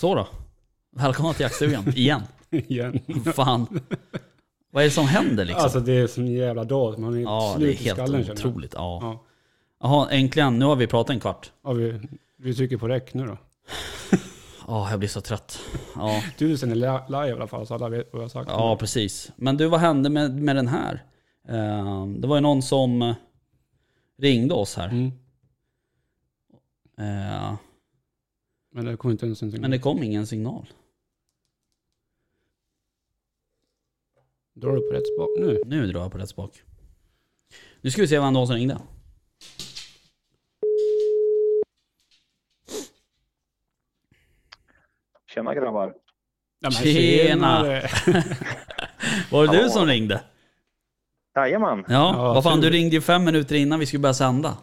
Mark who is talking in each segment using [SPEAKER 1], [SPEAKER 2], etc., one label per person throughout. [SPEAKER 1] Så då. Välkomna till jaktstugan igen.
[SPEAKER 2] igen.
[SPEAKER 1] Fan. Vad är det som händer liksom?
[SPEAKER 2] Alltså det är som en jävla dag. Man är
[SPEAKER 1] ja, det är
[SPEAKER 2] slut i
[SPEAKER 1] helt
[SPEAKER 2] skallen känner jag.
[SPEAKER 1] otroligt. Ja.
[SPEAKER 2] Ja.
[SPEAKER 1] Jaha, äntligen. Nu har vi pratat en kvart.
[SPEAKER 2] Ja, vi, vi trycker på räck nu då.
[SPEAKER 1] Ja, jag blir så trött. Ja,
[SPEAKER 2] Tusen är li- live i alla fall så alla vet vad jag har sagt.
[SPEAKER 1] ja precis. Men du, vad hände med, med den här? Eh, Det var ju någon som eh, ringde oss här.
[SPEAKER 2] Mm.
[SPEAKER 1] Eh,
[SPEAKER 2] Men det kommer inte ens en
[SPEAKER 1] Men
[SPEAKER 2] signal.
[SPEAKER 1] det kom ingen signal.
[SPEAKER 2] Drar du på rätt spak nu?
[SPEAKER 1] Nu drar jag på rätt spak. Nu ska vi se vem det var som ringde.
[SPEAKER 3] Tjena grabbar.
[SPEAKER 2] Nej, men
[SPEAKER 1] Tjena!
[SPEAKER 2] tjenare.
[SPEAKER 1] Var det du
[SPEAKER 3] Hallå.
[SPEAKER 1] som ringde?
[SPEAKER 3] Jajamän.
[SPEAKER 1] Ja,
[SPEAKER 2] Ja,
[SPEAKER 1] vad fan
[SPEAKER 2] tur.
[SPEAKER 1] du ringde ju fem minuter innan vi skulle börja sända.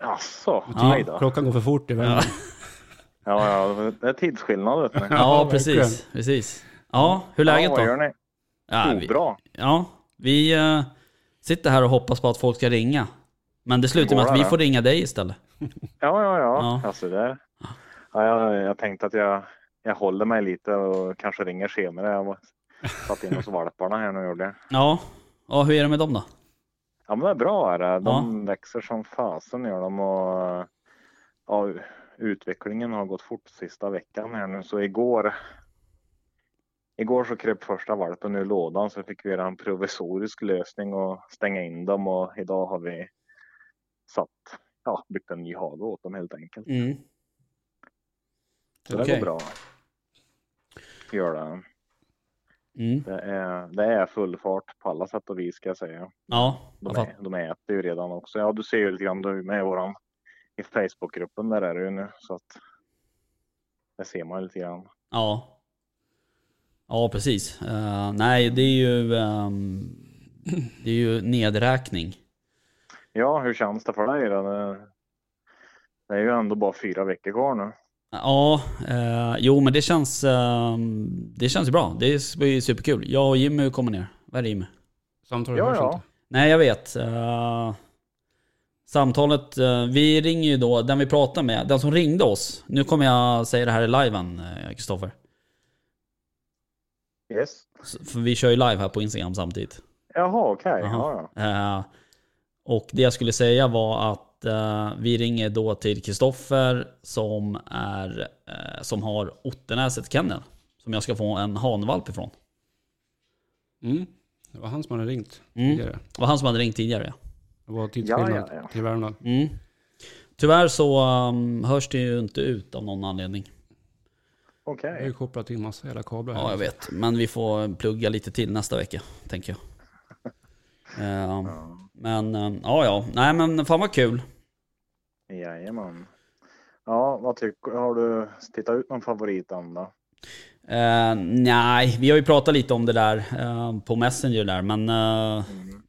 [SPEAKER 3] Jaså,
[SPEAKER 1] Ja.
[SPEAKER 3] nej då.
[SPEAKER 2] Klockan går för fort i världen.
[SPEAKER 3] Ja, ja, det är tidsskillnad vet ni.
[SPEAKER 1] Ja,
[SPEAKER 2] Ja,
[SPEAKER 1] precis,
[SPEAKER 2] verkligen.
[SPEAKER 1] precis. Ja, hur är läget
[SPEAKER 3] ja,
[SPEAKER 1] då?
[SPEAKER 3] vad gör ni?
[SPEAKER 1] Ja, vi,
[SPEAKER 3] oh, bra.
[SPEAKER 1] ja, vi eh, sitter här och hoppas på att folk ska ringa. Men det slutar med
[SPEAKER 3] Går
[SPEAKER 1] att vi
[SPEAKER 3] det?
[SPEAKER 1] får ringa dig istället.
[SPEAKER 3] Ja, ja, ja.
[SPEAKER 1] Ja.
[SPEAKER 3] Alltså, det... ja jag, jag tänkte att jag, jag håller mig lite och kanske ringer senare. Jag var- satt in hos valparna här nu och gjorde.
[SPEAKER 1] Ja, ja hur är det med dem då?
[SPEAKER 3] Ja, men det är bra. Är det. De växer som fasen gör de. Och, ja, utvecklingen har gått fort sista veckan här nu. Så igår Igår så kröp första valpen ur lådan så fick vi göra en provisorisk lösning och stänga in dem och idag har vi satt, ja, byggt en ny hage åt dem helt enkelt.
[SPEAKER 1] Mm.
[SPEAKER 3] Så det
[SPEAKER 1] Okej.
[SPEAKER 3] går bra. Gör det.
[SPEAKER 1] Mm.
[SPEAKER 3] Det är, det är full fart på alla sätt och vis ska jag säga.
[SPEAKER 1] Ja, jag
[SPEAKER 3] De,
[SPEAKER 1] fattar.
[SPEAKER 3] är, de äter ju redan också. Ja, du ser ju lite grann du med i våran i Facebookgruppen där är du ju nu så att det ser man lite grann.
[SPEAKER 1] Ja. Ja, precis. Eh, nej, det är ju... ehm, det är ju nedräkning.
[SPEAKER 3] Ja, hur känns det för dig då? Det, det är ju ändå bara fyra veckor kvar nu.
[SPEAKER 1] Ja, eh, jo men det känns... ehm, det känns ju bra. Det är- det är superkul. Jag och Jimmy kommer ner. Vad är det Jimmy?
[SPEAKER 2] Samtalet
[SPEAKER 3] Ja,
[SPEAKER 2] hörs
[SPEAKER 3] ja.
[SPEAKER 2] inte.
[SPEAKER 1] Nej, jag vet. Eh, samtalet, eh, vi ringer ju då, den vi pratar med, den som ringde oss. Nu kommer jag säga det här i liven, eh, Kristoffer.
[SPEAKER 3] Yes.
[SPEAKER 1] S- För vi kör ju live här på Instagram samtidigt.
[SPEAKER 3] Jaha, okej.
[SPEAKER 1] Jaha.
[SPEAKER 3] Ja, ja.
[SPEAKER 1] Eh, och det jag skulle säga var att eh, vi ringer då till Kristoffer som, är, eh, som har Ottenäset kennel. Som jag ska få en hanvalp ifrån.
[SPEAKER 2] Mm. Det var han som hade ringt
[SPEAKER 1] Mm.
[SPEAKER 2] tidigare.
[SPEAKER 1] Det var han som hade ringt tidigare. ja.
[SPEAKER 2] Det var tidsskillnad
[SPEAKER 3] Ja, ja, ja.
[SPEAKER 2] till Värmland.
[SPEAKER 1] Mm. Tyvärr så um, hörs det ju inte ut av någon anledning.
[SPEAKER 3] Okej.
[SPEAKER 2] Jag har ju kopplat in massa jävla kablar
[SPEAKER 1] Ja, jag vet. Men vi får plugga lite till nästa vecka, tänker jag. Ehm, Men ehm, ja, ja. Nej, men fan vad kul.
[SPEAKER 3] Jajamän. Ja, vad tycker Har du tittat ut någon favorit än då?
[SPEAKER 1] Eh, nej, vi har ju pratat lite om det där eh, på Messenger där, men eh,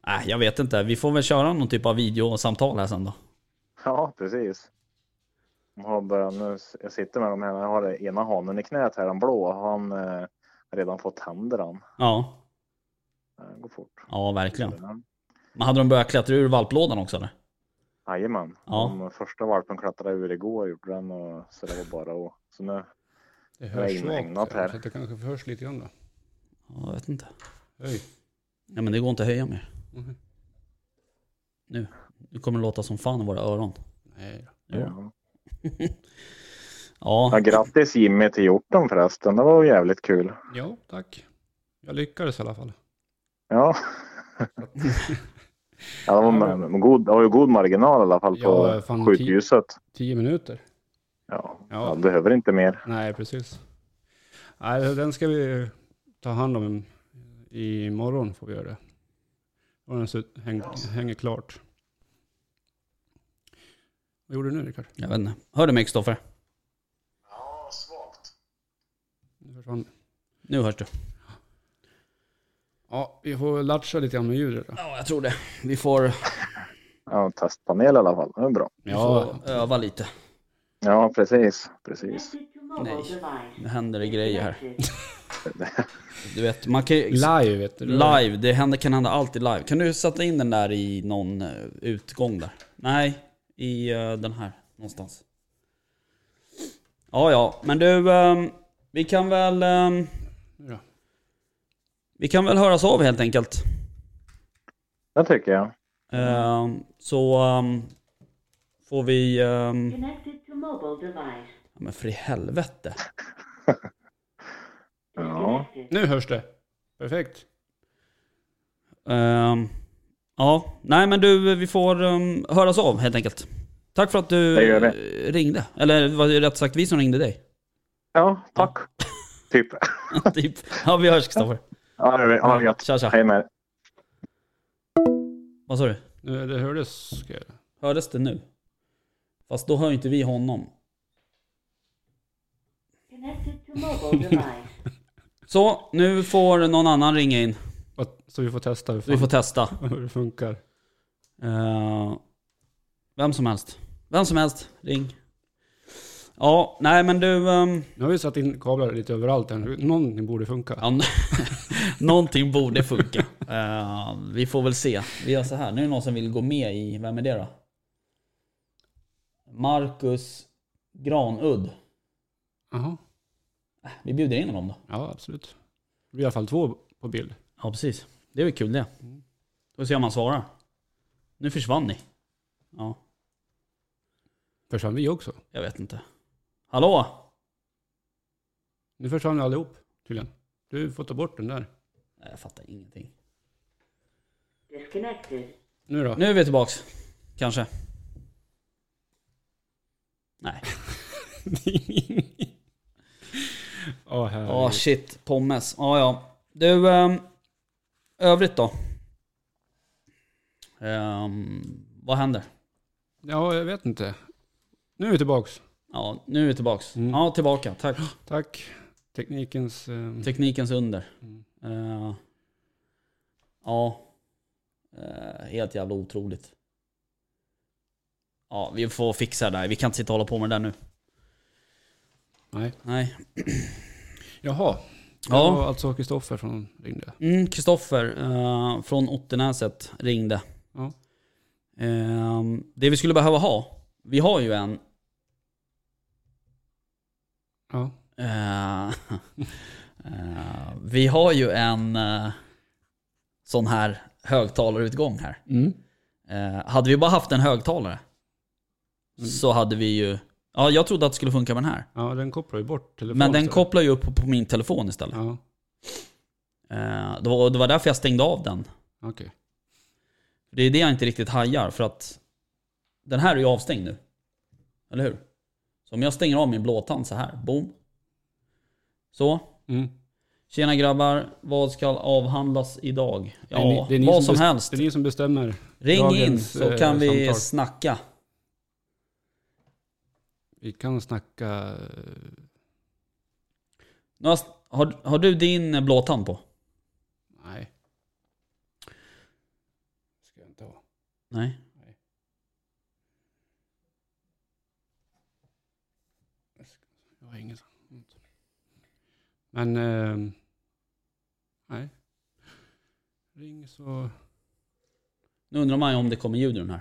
[SPEAKER 1] nej, jag vet inte. Vi får väl köra någon typ av videosamtal här sen då.
[SPEAKER 3] Ja, precis. Jag, har börjat, nu, jag sitter med dem här. Jag har det ena hanen i knät här, den blå. Han eh, har redan fått tänder han.
[SPEAKER 1] Ja,
[SPEAKER 3] Det Eh, går fort.
[SPEAKER 1] ja verkligen.
[SPEAKER 3] Sådär.
[SPEAKER 1] Men hade de börjat klättra ur valplådan också eller?
[SPEAKER 3] Jajamän.
[SPEAKER 1] Ja.
[SPEAKER 3] De första valpen klättrade ur igår gjorde den och så det var bara att... Så nu,
[SPEAKER 2] Det
[SPEAKER 3] Jag är
[SPEAKER 2] hörs
[SPEAKER 3] inägnat
[SPEAKER 2] svagt.
[SPEAKER 3] här.
[SPEAKER 2] Så att det kanske hörs lite grann då.
[SPEAKER 1] Ja, jag vet inte.
[SPEAKER 2] Hej.
[SPEAKER 1] Ja, men det går inte att höja mer.
[SPEAKER 2] Mhm.
[SPEAKER 1] Nu. Nu kommer det låta som fan i våra öron.
[SPEAKER 2] Nej.
[SPEAKER 1] Ja.
[SPEAKER 3] ja.
[SPEAKER 1] Ja,
[SPEAKER 3] Ja, grattis Jimmy till hjorten förresten. Det var ju jävligt kul.
[SPEAKER 2] Ja, tack. Jag lyckades i alla fall.
[SPEAKER 3] Ja. ja, det var men god, det var ju god marginal i alla fall
[SPEAKER 2] Ja,
[SPEAKER 3] på
[SPEAKER 2] fan,
[SPEAKER 3] skjutljuset.
[SPEAKER 2] Tio minuter.
[SPEAKER 3] Ja.
[SPEAKER 2] Ja.
[SPEAKER 3] Jag behöver inte mer.
[SPEAKER 2] Nej, precis. Nej, den ska vi ta hand om imorgon får vi göra det. Och den sut- häng, hänger klart. Vad gjorde du nu Rickard?
[SPEAKER 1] jag vet inte. Hör du mig Kristoffer?
[SPEAKER 4] Ja, svagt.
[SPEAKER 2] Nu försvann det.
[SPEAKER 1] Nu hörs du.
[SPEAKER 2] Ja, vi får latcha lite grann med ljudet då.
[SPEAKER 1] Ja, jag tror det. Vi får,
[SPEAKER 3] Ja, testpanel i alla fall. Det är bra.
[SPEAKER 1] vi
[SPEAKER 2] Ja.
[SPEAKER 1] får öva lite.
[SPEAKER 3] Ja, precis. precis.
[SPEAKER 1] Nej, nu händer det grejer här.
[SPEAKER 3] Det-
[SPEAKER 1] Du vet, man kan ju...
[SPEAKER 2] Live vet du.
[SPEAKER 1] Live, det händer, kan hända alltid live. Kan du sätta in den där i någon eh, utgång där? Nej, i eh, den här någonstans. Ja, ja. Men du, ehm, vi kan väl... ehm,
[SPEAKER 2] Nu då?
[SPEAKER 1] Vi kan väl höras av helt enkelt.
[SPEAKER 3] Det tycker jag.
[SPEAKER 1] Ehm, Så ehm, får vi... ehm,
[SPEAKER 5] Connected to mobile device.
[SPEAKER 1] ja, Men för i helvete.
[SPEAKER 3] Ja.
[SPEAKER 2] Nu hörs det. Perfekt.
[SPEAKER 1] Ehm, Ja, nej men du, vi får ehm, höras av helt enkelt. Tack för att du
[SPEAKER 3] Det gör vi.
[SPEAKER 1] eh, ringde. Eller var det rätt sagt vi som ringde dig.
[SPEAKER 3] Ja, tack. Typ.
[SPEAKER 1] typ. Ja, vi hörs Kristoffer.
[SPEAKER 3] Ja, det är ja, gött.
[SPEAKER 1] Tja, tja.
[SPEAKER 3] Hej med er.
[SPEAKER 1] Vad sa du?
[SPEAKER 2] Nu, det hördes. ska jag-
[SPEAKER 1] Hördes det nu? Fast då hör ju inte vi honom.
[SPEAKER 5] Connected to mobile device.
[SPEAKER 1] Så, nu får någon annan ringa in.
[SPEAKER 2] Vad- Så vi får testa hur,
[SPEAKER 1] Så vi får
[SPEAKER 2] fan,
[SPEAKER 1] testa.
[SPEAKER 2] hur det funkar.
[SPEAKER 1] Eh, vem som helst. Vem som helst, ring. Ja, nej men du... ehm,
[SPEAKER 2] Nu har vi satt in kablar lite överallt här. nu. Någonting borde funka.
[SPEAKER 1] ja, n- någonting borde funka. Eh, vi får väl se. Vi gör så här, nu är det någon som vill gå med i... Vem är det då? Marcus Granudd.
[SPEAKER 2] Jaha.
[SPEAKER 1] Vi bjuder in honom då.
[SPEAKER 2] Ja, absolut. Det blir i alla fall två på bild.
[SPEAKER 1] Ja, precis. Det är väl kul det. Får vi se om han svarar. Nu försvann ni. Ja,
[SPEAKER 2] Försvann vi också?
[SPEAKER 1] jag vet inte. Hallå?
[SPEAKER 2] Nu försvann vi allihop tydligen. Du får ta bort den där.
[SPEAKER 1] Nej, jag fattar ingenting.
[SPEAKER 5] Disconnected.
[SPEAKER 2] Nu då?
[SPEAKER 1] Nu är vi tillbaks. Kanske. Nej.
[SPEAKER 2] Åh
[SPEAKER 1] Ja,
[SPEAKER 2] herregud.
[SPEAKER 1] shit. Pommes. Ja, ja. Du, ehm, övrigt då? Ehm, vad händer?
[SPEAKER 2] ja, jag vet inte. Nu är vi tillbaks.
[SPEAKER 1] Ja, nu är vi tillbaks.
[SPEAKER 2] Mm.
[SPEAKER 1] Ja, tillbaka. Tack.
[SPEAKER 2] Tack. Teknikens... Eh,
[SPEAKER 1] Teknikens under.
[SPEAKER 2] Mm.
[SPEAKER 1] Eh, ja. Eh, helt jävla otroligt. Ja, vi får fixa det där. Vi kan inte sitta och hålla på med det där nu.
[SPEAKER 2] nej.
[SPEAKER 1] Nej.
[SPEAKER 2] Jaha. Det
[SPEAKER 1] Ja.
[SPEAKER 2] var alltså Kristoffer som ringde.
[SPEAKER 1] Mm, Kristoffer eh, från Ottenäset ringde.
[SPEAKER 2] Ja.
[SPEAKER 1] Ehm, det vi skulle behöva ha, vi har ju en...
[SPEAKER 2] Ja.
[SPEAKER 1] eh, eh, vi har ju en eh, sån här högtalarutgång här.
[SPEAKER 2] Mm.
[SPEAKER 1] Eh, hade vi bara haft en högtalare så hade vi ju... Ja, jag trodde att det skulle funka med den här.
[SPEAKER 2] Ja, den kopplar ju bort telefonen.
[SPEAKER 1] Men den
[SPEAKER 2] så-
[SPEAKER 1] kopplar ju upp på min telefon istället.
[SPEAKER 2] Ja,
[SPEAKER 1] Eh, det, var, det var därför jag stängde av den.
[SPEAKER 2] okej.
[SPEAKER 1] Det är det jag inte riktigt hajar för att den här är ju avstängd nu. Eller hur? Så om jag stänger av min blåtand så här, boom. Så.
[SPEAKER 2] Mm.
[SPEAKER 1] Tjena grabbar, vad ska avhandlas idag? Ja,
[SPEAKER 2] Det är ni- det är ni
[SPEAKER 1] vad som,
[SPEAKER 2] bes-
[SPEAKER 1] helst.
[SPEAKER 2] Det är ni som bestämmer.
[SPEAKER 1] Ring in
[SPEAKER 2] dagens,
[SPEAKER 1] så
[SPEAKER 2] eh,
[SPEAKER 1] kan vi
[SPEAKER 2] samtal.
[SPEAKER 1] snacka.
[SPEAKER 2] Vi kan snacka... eh,
[SPEAKER 1] Nu har, har, har du din eh, blåtand på?
[SPEAKER 2] Nej. Ska jag inte ha.
[SPEAKER 1] Nej.
[SPEAKER 2] Jag har inget sånt. Men... ehm, nej. Ring så...
[SPEAKER 1] Nu undrar man ju om det kommer ljud ur den här.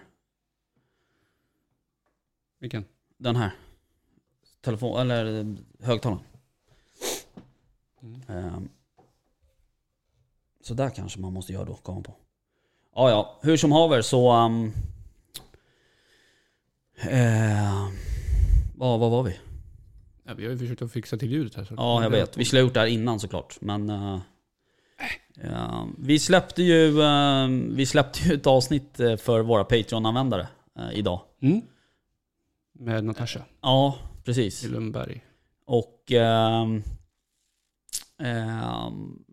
[SPEAKER 2] Vilken?
[SPEAKER 1] Den här. Telefon, eller eh, högtalaren.
[SPEAKER 2] Mm.
[SPEAKER 1] Ehm. Så där kanske man måste göra då, komma på. Ja, ja. Hur som haver så... Um, ja, ehm, vad var vi?
[SPEAKER 2] Ja, vi har ju försökt att fixa till ljudet här. Så
[SPEAKER 1] Ja, jag vet. Vi skulle ha gjort det här innan såklart. Men... eh, ja, vi släppte ju eh, Vi släppte ju ett avsnitt eh, för våra Patreon-användare eh, idag.
[SPEAKER 2] Mm. Med Natasha
[SPEAKER 1] Ja, precis.
[SPEAKER 2] i Lundberg.
[SPEAKER 1] Och ehm, ehm,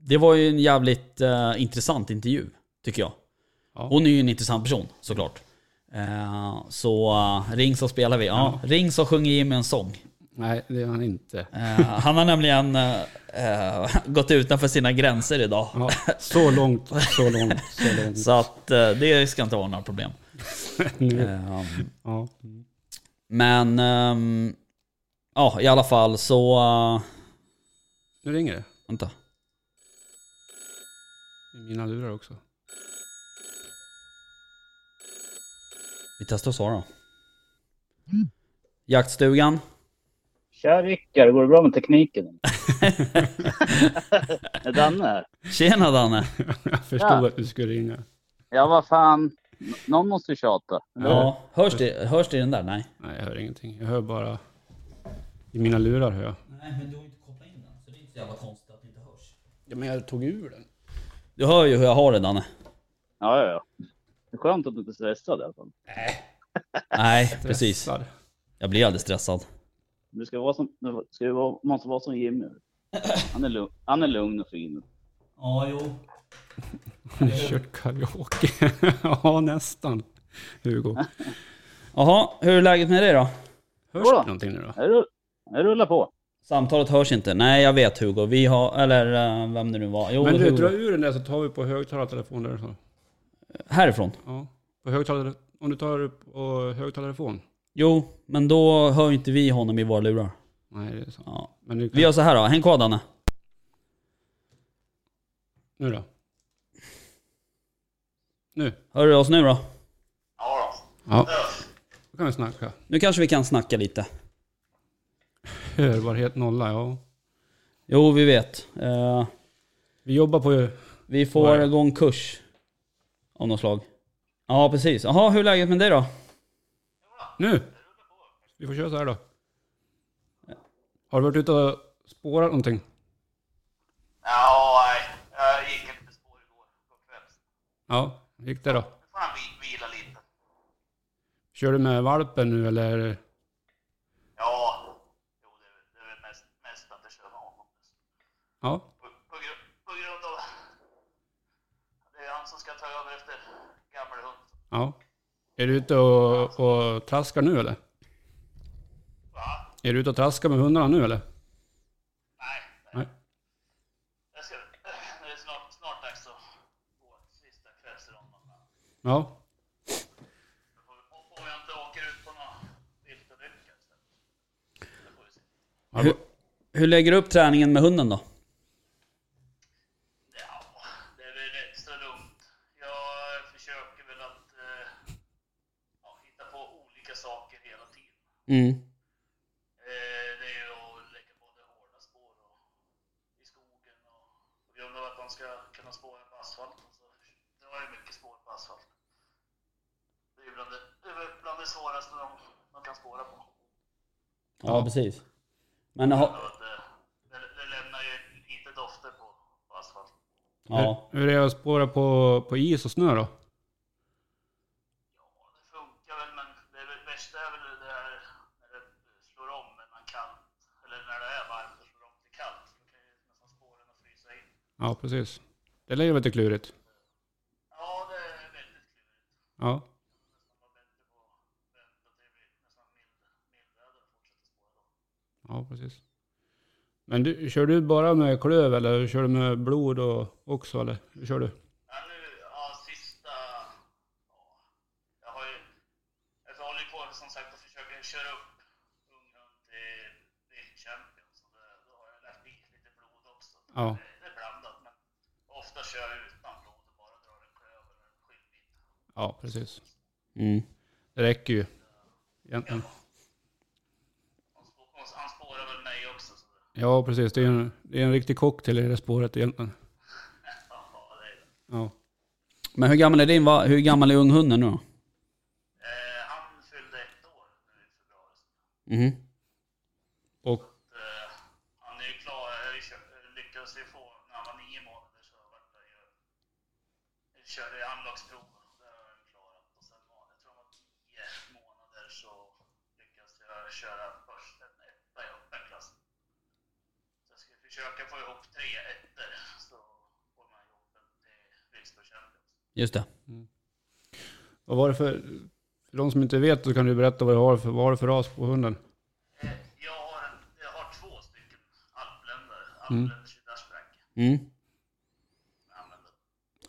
[SPEAKER 1] det var ju en jävligt eh, intressant intervju, tycker jag.
[SPEAKER 2] Ja.
[SPEAKER 1] Hon är ju en intressant person, såklart. Eh, så eh, ring så spelar vi. Ja, Ring så sjunger Jimmy en sång.
[SPEAKER 2] Nej, det är han inte.
[SPEAKER 1] Eh, han har nämligen eh, eh, gått utanför sina gränser idag.
[SPEAKER 2] Ja, så långt, så långt, så långt.
[SPEAKER 1] Så att eh, det ska inte vara några problem.
[SPEAKER 2] Nu.
[SPEAKER 1] Ehm,
[SPEAKER 2] Ja.
[SPEAKER 1] men ehm, ja, i alla fall så... eh,
[SPEAKER 2] Nu ringer det.
[SPEAKER 1] vänta.
[SPEAKER 2] I mina lurar också.
[SPEAKER 1] Vi testar att svara. Jaktstugan.
[SPEAKER 6] Tja Rickard, går det bra med tekniken? Är Danne här?
[SPEAKER 1] Tjena Danne!
[SPEAKER 2] Jag förstod
[SPEAKER 6] Ja.
[SPEAKER 2] att du skulle ringa.
[SPEAKER 6] Ja, vad fan. N- Någon måste ju tjata.
[SPEAKER 1] Ja, hörs det, hörs det i den där? Nej.
[SPEAKER 2] Nej, jag hör ingenting. Jag hör bara... I mina lurar hör jag.
[SPEAKER 1] Nej, men du har inte kopplat in den. Så det är inte så jävla konstigt att det inte hörs.
[SPEAKER 2] Ja, men jag tog ur den.
[SPEAKER 1] Du hör ju hur jag har det Danne.
[SPEAKER 6] Ja, ja, ja. Det är skönt att du inte är stressad i alla fall.
[SPEAKER 1] Nej, precis.
[SPEAKER 2] Stressad.
[SPEAKER 1] Jag blir aldrig stressad.
[SPEAKER 6] Du ska vara som, du ska ju vara, måste vara som Jimmy. Han är, lugn, han är lugn och fin.
[SPEAKER 1] Ja, jo.
[SPEAKER 2] Har ni kört karaoke? ja, nästan. Hugo.
[SPEAKER 1] Jaha, hur är läget med dig då?
[SPEAKER 2] Hörs
[SPEAKER 6] Jodå.
[SPEAKER 2] det någonting nu då?
[SPEAKER 6] Jag rull- jag rullar på.
[SPEAKER 1] Samtalet hörs inte. Nej, jag vet Hugo. Vi har, eller eh, vem det nu var. Jo,
[SPEAKER 2] Men du,
[SPEAKER 1] Hugo.
[SPEAKER 2] dra ur den där så tar vi på högtalartelefon där. så.
[SPEAKER 1] Härifrån.
[SPEAKER 2] Ja. På högtalare... Om du tar upp på högtalartelefon.
[SPEAKER 1] Jo, men då hör ju inte vi honom i våra lurar.
[SPEAKER 2] Nej, det är sant.
[SPEAKER 1] Ja.
[SPEAKER 2] Men du kan...
[SPEAKER 1] Vi gör så här då. Häng kvar Danne.
[SPEAKER 2] Nu då? Nu?
[SPEAKER 1] Hör du oss nu då?
[SPEAKER 7] Ja då.
[SPEAKER 2] Ja. Då kan vi snacka.
[SPEAKER 1] Nu kanske vi kan snacka lite.
[SPEAKER 2] Hörbarhet nolla, ja.
[SPEAKER 1] Jo, vi vet. Eh,
[SPEAKER 2] Vi jobbar på...
[SPEAKER 1] vi får
[SPEAKER 2] Oj.
[SPEAKER 1] igång kurs. Av något slag. Ja, precis. Jaha, hur är läget med dig då?
[SPEAKER 2] Nu! Vi får köra så här då. Har du varit ute och spårat någonting?
[SPEAKER 7] Ja, nej. Jag gick lite spår igår på kvällen.
[SPEAKER 2] Ja, gick det då?
[SPEAKER 7] Nu får han vi- vila lite.
[SPEAKER 2] Kör du med valpen nu eller?
[SPEAKER 7] Ja, jo, det är, väl- det är väl mest, mest att jag kör med honom.
[SPEAKER 2] Ja,
[SPEAKER 7] På, på, gru- på grund av... Det är han som ska ta över efter gamle hund.
[SPEAKER 2] ja. Är du ute och, och traskar nu eller?
[SPEAKER 7] Va?
[SPEAKER 2] Är du ute och traskar med hundarna nu eller?
[SPEAKER 7] Nej,
[SPEAKER 2] Nej.
[SPEAKER 7] jag ska, det är snart, snart dags att gå sista kvällsrundan.
[SPEAKER 2] Ja.
[SPEAKER 7] Om om jag inte åker ut på någon viltolycka istället. Det får vi se.
[SPEAKER 2] Ja,
[SPEAKER 1] Hur,
[SPEAKER 2] bra.
[SPEAKER 1] hur lägger du upp träningen med hunden då?
[SPEAKER 7] Ja, det är väl rätt så lugnt. Jag försöker väl att eh, ja, hitta på olika saker hela tiden.
[SPEAKER 1] Mm.
[SPEAKER 7] Eh, det är ju att lägga både hårda spår och i skogen och på grund av att man ska kunna spåra på asfalten så det var ju mycket spår på asfalten. Det är ju bland det, det, är väl bland det svåraste de, de kan spåra på.
[SPEAKER 1] Ja, precis. Men ha,
[SPEAKER 7] Så att, eh, det, det lämnar ju lite dofter på, på asfalten.
[SPEAKER 1] ja.
[SPEAKER 2] Hur, hur är det att spåra på, på is och snö då?
[SPEAKER 7] Ja, det funkar väl, men det är väl- värsta är väl det där när det slår om en kallt, eller när det är varmt och slår om till kallt. Då kan ju nästan spåren att frysa in.
[SPEAKER 2] Ja, precis. Det lär ju vara lite klurigt.
[SPEAKER 7] Ja, det är väldigt klurigt.
[SPEAKER 2] Ja.
[SPEAKER 7] Man väntar på väntar till det blir nästan mild, mildväder och fortsätter spåra då.
[SPEAKER 2] Ja, precis. Men du, kör du bara med klöv eller kör du med blod och också eller? Hur kör du?
[SPEAKER 7] Ja, nu, ja, sista... Ja, jag har ju... Jag håller ju på som sagt att försöka köra upp unghund till till Champions. Och det, då har jag lagt i lite blod också.
[SPEAKER 2] Ja.
[SPEAKER 7] Det är blandat, men ofta kör jag utan blod och bara drar en klöv eller en skinnbit.
[SPEAKER 2] Ja, precis.
[SPEAKER 1] Mm.
[SPEAKER 2] Det räcker ju. Egentligen.
[SPEAKER 7] Han spå- han- Han spårar väl mig också. Så det,
[SPEAKER 2] Ja, precis. Det är en, det är en riktig cocktail i det spåret egentligen.
[SPEAKER 7] ja, det är det.
[SPEAKER 2] Ja.
[SPEAKER 1] Men hur gammal är din? va- Hur gammal är unghunden nu då?
[SPEAKER 7] Eh, han fyllde ett år nu i februari.
[SPEAKER 1] Mhm.
[SPEAKER 2] Och
[SPEAKER 7] Eh, han är ju klar. Jag har ju köpt- eh, lyckades ju få, när han var nio månader så var det ju... Jag körde anlagsprov. Det har jag ju klarat. Och sen var jag tror han var tio månader så lyckades jag köra först en etta i öppen klass. Så jag ska försöka få ihop tre ettor så får man ihop en till Wilsberg Champions.
[SPEAKER 1] Just det.
[SPEAKER 2] vad var det för... För de som inte vet så kan du berätta vad du har för, vad har du för ras på hunden.
[SPEAKER 7] Eh, Jag har, en, jag har två stycken alpländare. Alpländer Sydashback.
[SPEAKER 1] Mm.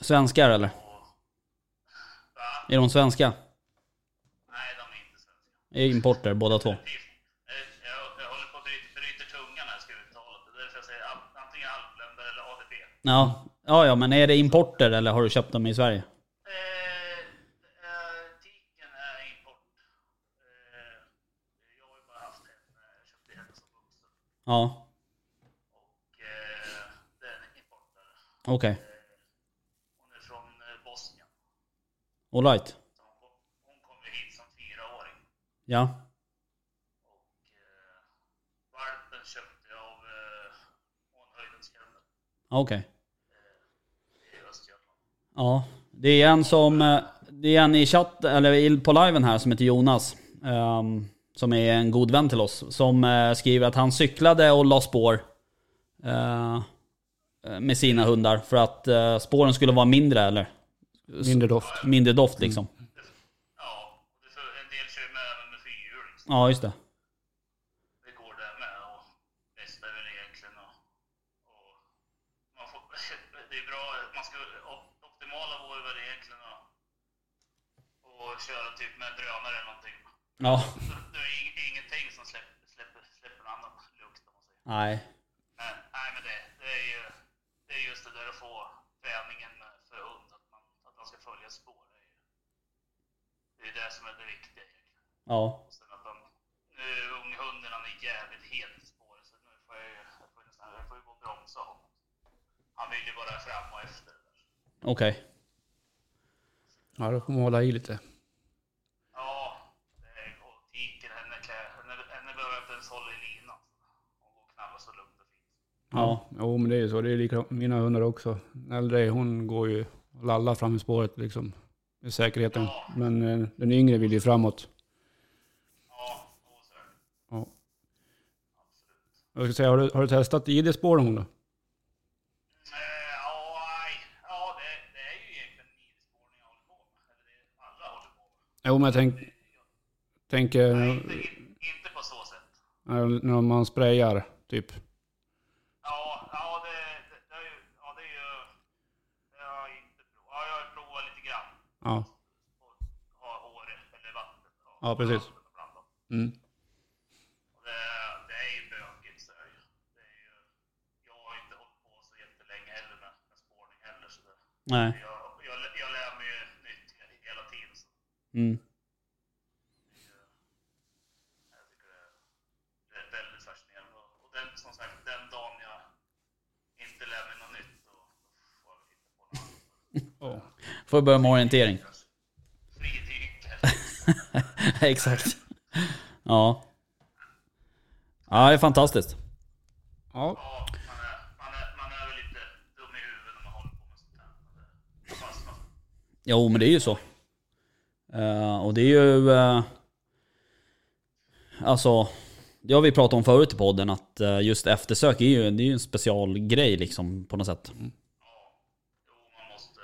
[SPEAKER 1] Svenskar eller? Är de svenska?
[SPEAKER 7] Nej, de är inte svenska.
[SPEAKER 1] Är Importer båda två?
[SPEAKER 7] Definitivt. Eh, Jag, jag håller på att bryta, bryter tungan här, ska uttalet. Det är därför jag säger al- antingen alpländer eller ADB.
[SPEAKER 1] Ja. ja, ja, men är det importer eller har du köpt dem i Sverige?
[SPEAKER 7] Eh, eh, tiken är import. Eh, jag har ju bara haft en, eh, jag köpte en som ung.
[SPEAKER 1] Ja,
[SPEAKER 7] och eh, det är en importare.
[SPEAKER 1] okej.
[SPEAKER 7] Hon är från eh, Bosnien.
[SPEAKER 1] All Alright.
[SPEAKER 7] Så hon, kom, hon kom ju hit som fyraåring.
[SPEAKER 1] Ja.
[SPEAKER 7] Och eh, valpen köpte jag av eh, Månhöjdens kennel
[SPEAKER 1] Okej.
[SPEAKER 7] i Östergötland.
[SPEAKER 1] Ja. Det är en som... eh, Det är en i chatt, eller i- på liven här som heter Jonas. ehm, som är en god vän till oss. Som eh, skriver att han cyklade och la spår. eh, med sina hundar. För att eh, spåren skulle vara mindre eller?
[SPEAKER 2] Mindre doft.
[SPEAKER 1] Mindre doft liksom.
[SPEAKER 7] Mm. Ja, och det, för- en del kör ju med även med fyrhjuling. så
[SPEAKER 1] Ja, just det.
[SPEAKER 7] Det går det med och bästa är väl egentligen och, och man får, det är bra, man ska, op- optimala vore väl egentligen att och köra typ med drönare eller någonting.
[SPEAKER 1] Ja.
[SPEAKER 7] Så det är ing- ingenting som släpper, släpper, släpper någon annan lukt om man säger.
[SPEAKER 1] Nej.
[SPEAKER 7] Nej, nej men det, det, är ju, det är just det där att få träningen för hund, att man, att man ska följa spår. Det är ju det, är det som är det viktiga egentligen.
[SPEAKER 1] Ja.
[SPEAKER 7] Och sen att de, nu unghunden han är jävligt het i spåret så nu får jag ju, jag får ju nästan, jag får ju gå och bromsa honom. Han vill ju bara fram och efter.
[SPEAKER 1] Okej.
[SPEAKER 2] Ja, då får man hålla i lite.
[SPEAKER 7] Ja, det är, och tiken henne, klä- henne, henne behöver jag inte ens hålla i linan. Hon går och knallar så lugnt och
[SPEAKER 1] Ja.
[SPEAKER 7] fint.
[SPEAKER 2] Jo, men det är ju så. Det är lika mina hundar också. Den äldre, hon går ju och lallar fram i spåret liksom. Med säkerheten. Men eh, den yngre vill ju framåt.
[SPEAKER 7] Ja, och så är det.
[SPEAKER 2] Ja. Jag ska säga, har du, har du testat ID-spåren hon då?
[SPEAKER 7] Eh, Ja, nej. ja det, det är ju egentligen nidspårning jag håller på med. Eller det är alla håller på med.
[SPEAKER 2] Jo, men jag tänk, tänker
[SPEAKER 7] Nej, inte, in, inte på så sätt.
[SPEAKER 2] när, när man sprayar typ.
[SPEAKER 7] Ja, ja det, det, det, är ju, ja, det är ju... Det har jag inte provat. Ja, jag har provat lite grann.
[SPEAKER 2] Ja.
[SPEAKER 7] Och ha hår eller vatten. och-
[SPEAKER 2] Ja, precis.
[SPEAKER 7] och blanda.
[SPEAKER 2] Mm.
[SPEAKER 7] Och det, det är ju bökigt så är det ju. Det är ju. Jag har inte hållit på så jättelänge heller med, med spårning heller. Så det,
[SPEAKER 1] Nej.
[SPEAKER 7] jag, jag, jag lär mig ju nytt hela tiden. Så.
[SPEAKER 1] Mm.
[SPEAKER 7] Jag tycker det är- det är väldigt fascinerande. Och och den, som sagt, den dagen jag inte lär mig något nytt, då då får jag väl hitta på något annat.
[SPEAKER 2] Ja.
[SPEAKER 1] Får börja med orientering.
[SPEAKER 7] Kanske Fridyker.
[SPEAKER 1] Exakt. Ja. Ja, det är fantastiskt.
[SPEAKER 2] ja.
[SPEAKER 7] Ja, man är, man, är, man är väl lite dum i huvudet när man håller på med sånt här. Men det fastnar.
[SPEAKER 1] Jo, men det är ju så. Eh, och det är ju... eh, alltså, det har vi pratat om förut i podden, att eh, just eftersök är ju, det är ju en specialgrej liksom på något sätt.
[SPEAKER 7] Ja, jo, man måste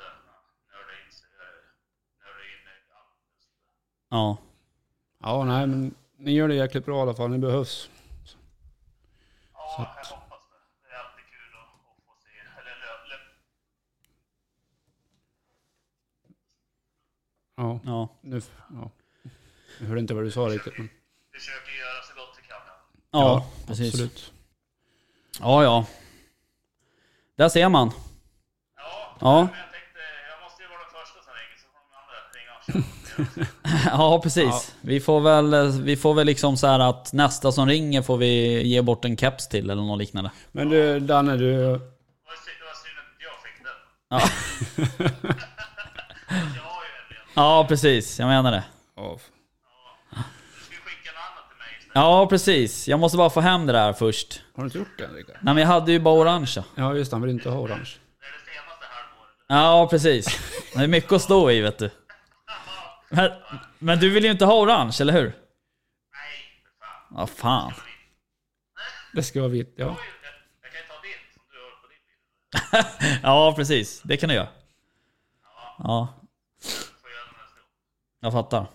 [SPEAKER 7] nörda in sig. eh, Nörda in i allt.
[SPEAKER 1] Ja.
[SPEAKER 2] ja, nej men ni gör det jäkligt bra i alla fall. Ni behövs.
[SPEAKER 7] Ja, jag hoppas det. Det är alltid kul att, att få se. Eller lö, lö,
[SPEAKER 2] Ja.
[SPEAKER 1] Ja.
[SPEAKER 2] Nu, f- ja. Jag hörde inte vad du sa riktigt. Men,
[SPEAKER 7] försöker göra så gott vi kan. ja.
[SPEAKER 1] Ja, precis.
[SPEAKER 2] Absolut.
[SPEAKER 1] Ja, ja. Där ser man.
[SPEAKER 7] Ja,
[SPEAKER 1] Ja.
[SPEAKER 7] men jag tänkte, jag måste ju vara den första som ringer, så får de andra ringa och köra.
[SPEAKER 1] Ja, precis. Vi, får väl, vi får väl liksom så här att nästa som ringer får vi ge bort en keps till eller något liknande.
[SPEAKER 2] Men du Danne, du,
[SPEAKER 7] Det var sy- det var synd att inte jag fick den.
[SPEAKER 1] Ja.
[SPEAKER 7] Jag har ju en redan.
[SPEAKER 1] Ja, precis. Jag menar det.
[SPEAKER 2] ja,
[SPEAKER 7] Du ska ju skicka en annan till mig istället.
[SPEAKER 1] Ja, precis. Jag måste bara få hem det där först.
[SPEAKER 2] har du inte gjort det Rickard?
[SPEAKER 1] Nej, men jag hade ju bara orangea.
[SPEAKER 2] Ja just det, han vill inte ha orange.
[SPEAKER 7] Det är det senaste halvåret.
[SPEAKER 1] Ja, precis. Det är mycket att stå i, vet du. Men, men du vill ju inte ha orange, eller hur?
[SPEAKER 7] Nej, för fan.
[SPEAKER 1] Ja, fan.
[SPEAKER 2] Det ska vara vitt, ja.
[SPEAKER 7] Oj, jag- Jag kan ju ta din, som du har på din bil.
[SPEAKER 1] Ja, precis. Det kan du göra. Ja,
[SPEAKER 7] Får jag göra den nästa gång.
[SPEAKER 1] jag fattar.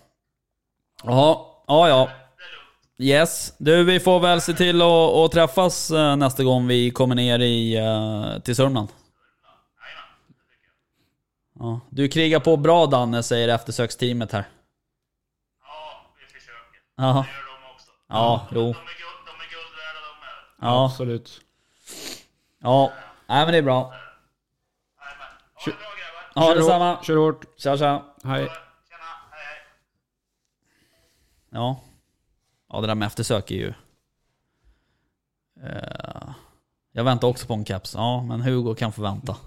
[SPEAKER 1] Jaha. Ja, ja.
[SPEAKER 7] Det är lugnt.
[SPEAKER 1] Yes. Du, vi får väl se till att, att träffas eh, nästa gång vi kommer ner i, eh, till Sörmland. Ja. Du krigar på bra Danne, säger eftersöksteamet här.
[SPEAKER 7] Ja, vi försöker.
[SPEAKER 1] Ja,
[SPEAKER 7] Det gör de också.
[SPEAKER 1] ja jo.
[SPEAKER 7] De är guld, de är guld värda de med.
[SPEAKER 1] Ja,
[SPEAKER 2] Absolut.
[SPEAKER 1] ja. Nej men det är bra.
[SPEAKER 7] Nej, men. Ha det bra grabbar.
[SPEAKER 1] Ja,
[SPEAKER 2] Kör hårt-
[SPEAKER 1] detsamma.
[SPEAKER 2] Kör hårt.
[SPEAKER 1] Tja tja.
[SPEAKER 2] Hej.
[SPEAKER 7] Tjena, hej hej.
[SPEAKER 1] Ja. Ja det där med eftersök är ju... Eh, jag väntar också på en keps. Ja, men Hugo kan få vänta.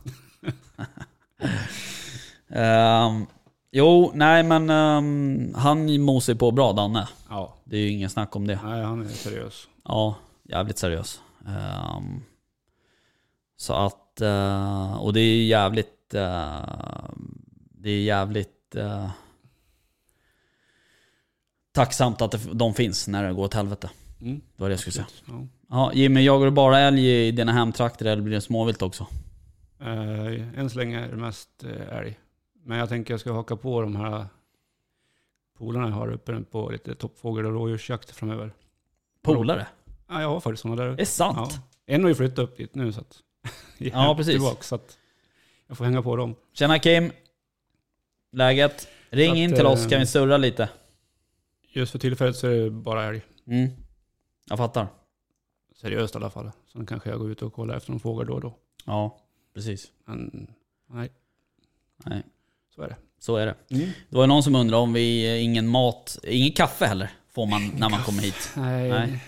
[SPEAKER 1] Ehm, jo, nej men ehm, han mosar ju på bra Danne.
[SPEAKER 2] Ja.
[SPEAKER 1] Det är ju ingen snack om det.
[SPEAKER 2] Nej, han är seriös.
[SPEAKER 1] Ja, jävligt seriös. Ehm, så att, eh, och det är ju jävligt, eh, det är jävligt eh, tacksamt att det- de finns när det går åt helvete.
[SPEAKER 2] Mm.
[SPEAKER 1] Det var det jag skulle säga.
[SPEAKER 2] Ja.
[SPEAKER 1] Ja, Jimmy, jagar du bara älg i dina hemtrakter eller blir det småvilt också?
[SPEAKER 2] Eh, än så länge är det mest eh, älg. Men jag tänker jag ska haka på de här polarna jag har uppe på lite toppfågel och rådjursjakt framöver.
[SPEAKER 1] Polare?
[SPEAKER 2] Ja, jag har faktiskt sådana där
[SPEAKER 1] Det är
[SPEAKER 2] uppe. Ja.
[SPEAKER 1] sant?
[SPEAKER 2] En har ju flyttat upp dit nu så att...
[SPEAKER 1] Ja, precis.
[SPEAKER 2] Tillbaka, så att jag får hänga på dem.
[SPEAKER 1] Tjena Kim! Läget? Ring
[SPEAKER 2] Så att,
[SPEAKER 1] in till oss
[SPEAKER 2] eh,
[SPEAKER 1] kan vi surra lite.
[SPEAKER 2] Just för tillfället så är det bara älg.
[SPEAKER 1] Mm. Jag fattar.
[SPEAKER 2] Seriöst i alla fall. Sen kanske jag går ut och kollar efter någon fågel då och då.
[SPEAKER 1] Ja, precis.
[SPEAKER 2] Men nej,
[SPEAKER 1] Nej.
[SPEAKER 2] så är det.
[SPEAKER 1] Så är det. Det var ju någon som undrade om vi, eh, ingen mat, ingen kaffe heller får man när man kommer hit.
[SPEAKER 2] Nej,
[SPEAKER 1] Nej.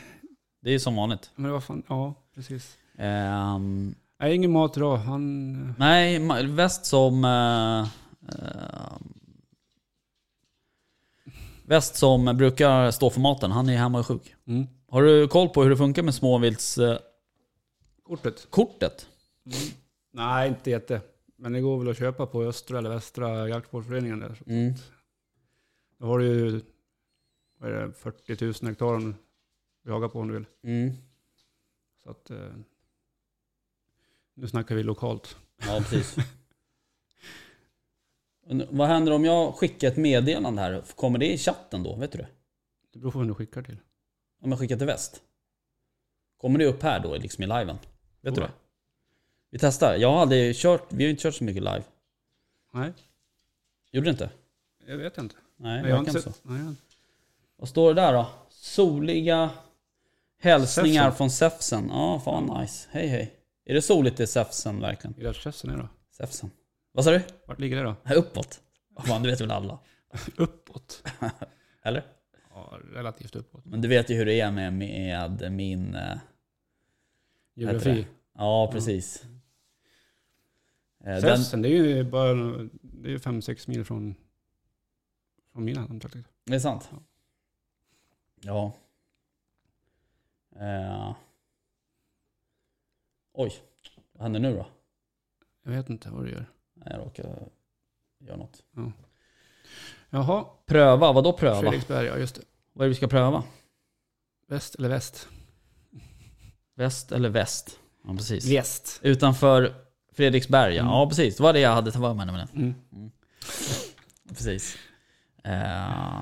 [SPEAKER 1] Det är ju som vanligt.
[SPEAKER 2] men vad fan, ja precis.
[SPEAKER 1] Ehm,
[SPEAKER 2] Nej, ingen mat idag. Han... eh,
[SPEAKER 1] nej, ma- väst som... eh, ehm, väst som brukar stå för maten, han är hemma och sjuk.
[SPEAKER 2] Mm.
[SPEAKER 1] Har du koll på hur det funkar med småviltskortet?
[SPEAKER 2] Kortet? Nej, inte jätte. Men det går väl att köpa på Östra eller Västra jaktvårdsföreningen där.
[SPEAKER 1] Mm.
[SPEAKER 2] Då har du ju vad är det, 40 000 hektar om du jagar på om du vill.
[SPEAKER 1] Mm.
[SPEAKER 2] Så att, eh, nu snackar vi lokalt.
[SPEAKER 1] Ja, precis. Men Vad händer om jag skickar ett meddelande här? Kommer det i chatten då? Vet du det?
[SPEAKER 2] Det beror på vem du skickar till.
[SPEAKER 1] Om jag skickar till väst? Kommer det upp här då liksom i liven? Vet du
[SPEAKER 2] Tror jag.
[SPEAKER 1] det? Vi testar. Jag har aldrig kört, vi har ju inte kört så mycket live.
[SPEAKER 2] Nej,
[SPEAKER 1] Gjorde du inte?
[SPEAKER 2] jag vet inte.
[SPEAKER 1] Nej,
[SPEAKER 2] Men jag har
[SPEAKER 1] verkar
[SPEAKER 2] inte
[SPEAKER 1] inte så.
[SPEAKER 2] sett. Nej, jag-
[SPEAKER 1] Vad står det där då? Soliga hälsningar
[SPEAKER 2] Säfsen.
[SPEAKER 1] från Säfsen. Ja, fan nice. Hej hej. Är det soligt i Säfsen verkligen?
[SPEAKER 2] I Gräskässen är då?
[SPEAKER 1] Säfsen. Vad sa du?
[SPEAKER 2] Vart ligger det då?
[SPEAKER 1] Här uppåt? Vad Fan, det vet väl alla?
[SPEAKER 2] Uppåt?
[SPEAKER 1] Eller?
[SPEAKER 2] Ja, relativt uppåt.
[SPEAKER 1] Men du vet ju hur det är med, med min... eh, vad heter
[SPEAKER 2] Geografi.
[SPEAKER 1] det? Ja, precis. Eh, Den,
[SPEAKER 2] Sässen, det är ju bara det är ju fem sex mil från, från mina hemtrakter.
[SPEAKER 1] Det är sant. Ja. Eh. Oj, vad händer nu då?
[SPEAKER 2] Jag vet inte vad du gör.
[SPEAKER 1] Nej, Jag råkar göra något.
[SPEAKER 2] Jaha,
[SPEAKER 1] Pröva, vadå pröva?
[SPEAKER 2] Fredriksberg, ja just det.
[SPEAKER 1] Vad är det vi ska pröva?
[SPEAKER 2] Väst eller väst?
[SPEAKER 1] Väst eller väst? Ja, precis.
[SPEAKER 2] Väst.
[SPEAKER 1] Utanför Fredriksberg, ja.
[SPEAKER 2] Mm.
[SPEAKER 1] ja precis. Det var det jag hade tagit med nämligen.
[SPEAKER 2] Mm.
[SPEAKER 1] Precis. Eh,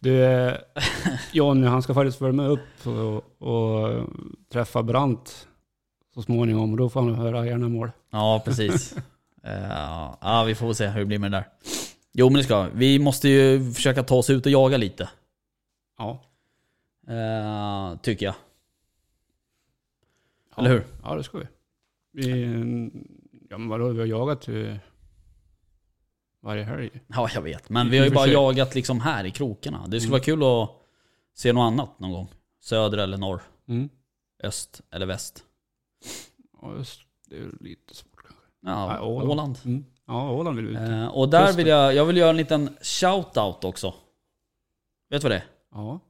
[SPEAKER 2] Du, eh, Johnny, han ska faktiskt följa med upp och, och träffa Brant så småningom. Då får han höra gärna mål.
[SPEAKER 1] Ja, precis. Eh, ja, vi får väl se hur det blir med det där. Jo, men det ska vi. vi. måste ju försöka ta oss ut och jaga lite.
[SPEAKER 2] Ja.
[SPEAKER 1] Eh, tycker jag.
[SPEAKER 2] ja.
[SPEAKER 1] Eller hur?
[SPEAKER 2] Ja, det ska vi. vi ja, men vadå, vi har jagat eh, varje helg.
[SPEAKER 1] Ja, jag vet. Men vi Mm.
[SPEAKER 2] Vi
[SPEAKER 1] har ju bara
[SPEAKER 2] försöker.
[SPEAKER 1] jagat liksom här i krokarna. Det skulle vara kul att se något annat någon gång. Söder eller norr.
[SPEAKER 2] Mm.
[SPEAKER 1] Öst eller väst.
[SPEAKER 2] Ja, just, det är ju lite svårt kanske.
[SPEAKER 1] Ja,
[SPEAKER 2] Ja,
[SPEAKER 1] Åland.
[SPEAKER 2] Åland. Mm. Ja, Åland vill vi ut.
[SPEAKER 1] Eh, och där
[SPEAKER 2] Kusten.
[SPEAKER 1] vill jag, jag vill göra en liten shout-out också. Vet du vad det är?
[SPEAKER 2] Ja.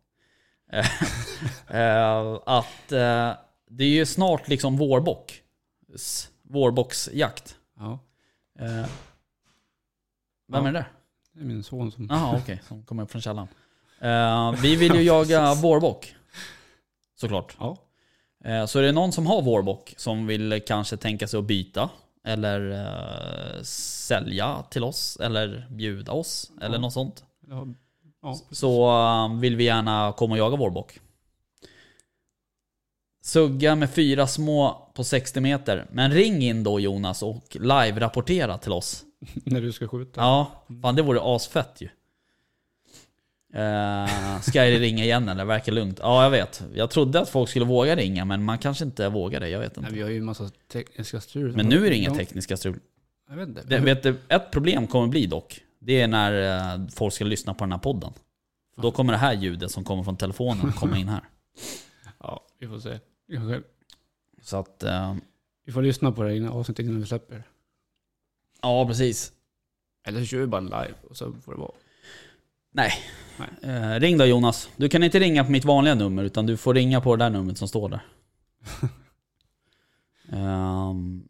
[SPEAKER 1] Eh, att eh, det är ju snart liksom vårbock. S- Vårbocksjakt.
[SPEAKER 2] ja,
[SPEAKER 1] Eh, vem
[SPEAKER 2] Ja.
[SPEAKER 1] är det där?
[SPEAKER 2] det är min son som...
[SPEAKER 1] Jaha okej, som kommer upp från källan. Eh, vi vill ju jaga vårbock. Såklart.
[SPEAKER 2] Ja.
[SPEAKER 1] Eh, så är det någon som har vårbock som vill kanske tänka sig att byta. Eller eh, sälja till oss. Eller bjuda oss. Eller något sånt.
[SPEAKER 2] Ja, ja.
[SPEAKER 1] Så eh, vill vi gärna komma och jaga vårbock. Sugga med fyra små på 60 meter. Men ring in då Jonas och live-rapportera till oss.
[SPEAKER 2] När du ska skjuta.
[SPEAKER 1] Ja, fan det vore asfett ju. Uh, ska jag ringa igen eller? Verkar lugnt. Ja, jag vet. Jag trodde att folk skulle våga ringa, men man kanske inte vågar det. Jag vet
[SPEAKER 2] Nej,
[SPEAKER 1] inte.
[SPEAKER 2] vi har ju en massa tekniska strul.
[SPEAKER 1] Men nu är det inga
[SPEAKER 2] Ja,
[SPEAKER 1] tekniska strul.
[SPEAKER 2] Jag vet inte.
[SPEAKER 1] Det, vet du, ett problem kommer bli dock. Det är när eh, folk ska lyssna på den här podden. Då kommer det här ljudet som kommer från telefonen komma in här.
[SPEAKER 2] Ja, vi får se. Vi får-
[SPEAKER 1] Så att, eh,
[SPEAKER 2] Vi får lyssna på det innan avsnittet innan vi släpper.
[SPEAKER 1] ja precis.
[SPEAKER 2] Eller så kör vi bara en live och så får det vara.
[SPEAKER 1] Nej.
[SPEAKER 2] Nej.
[SPEAKER 1] Eh, ring då Jonas. Du kan inte ringa på mitt vanliga nummer utan du får ringa på det där numret som står där. Ehm,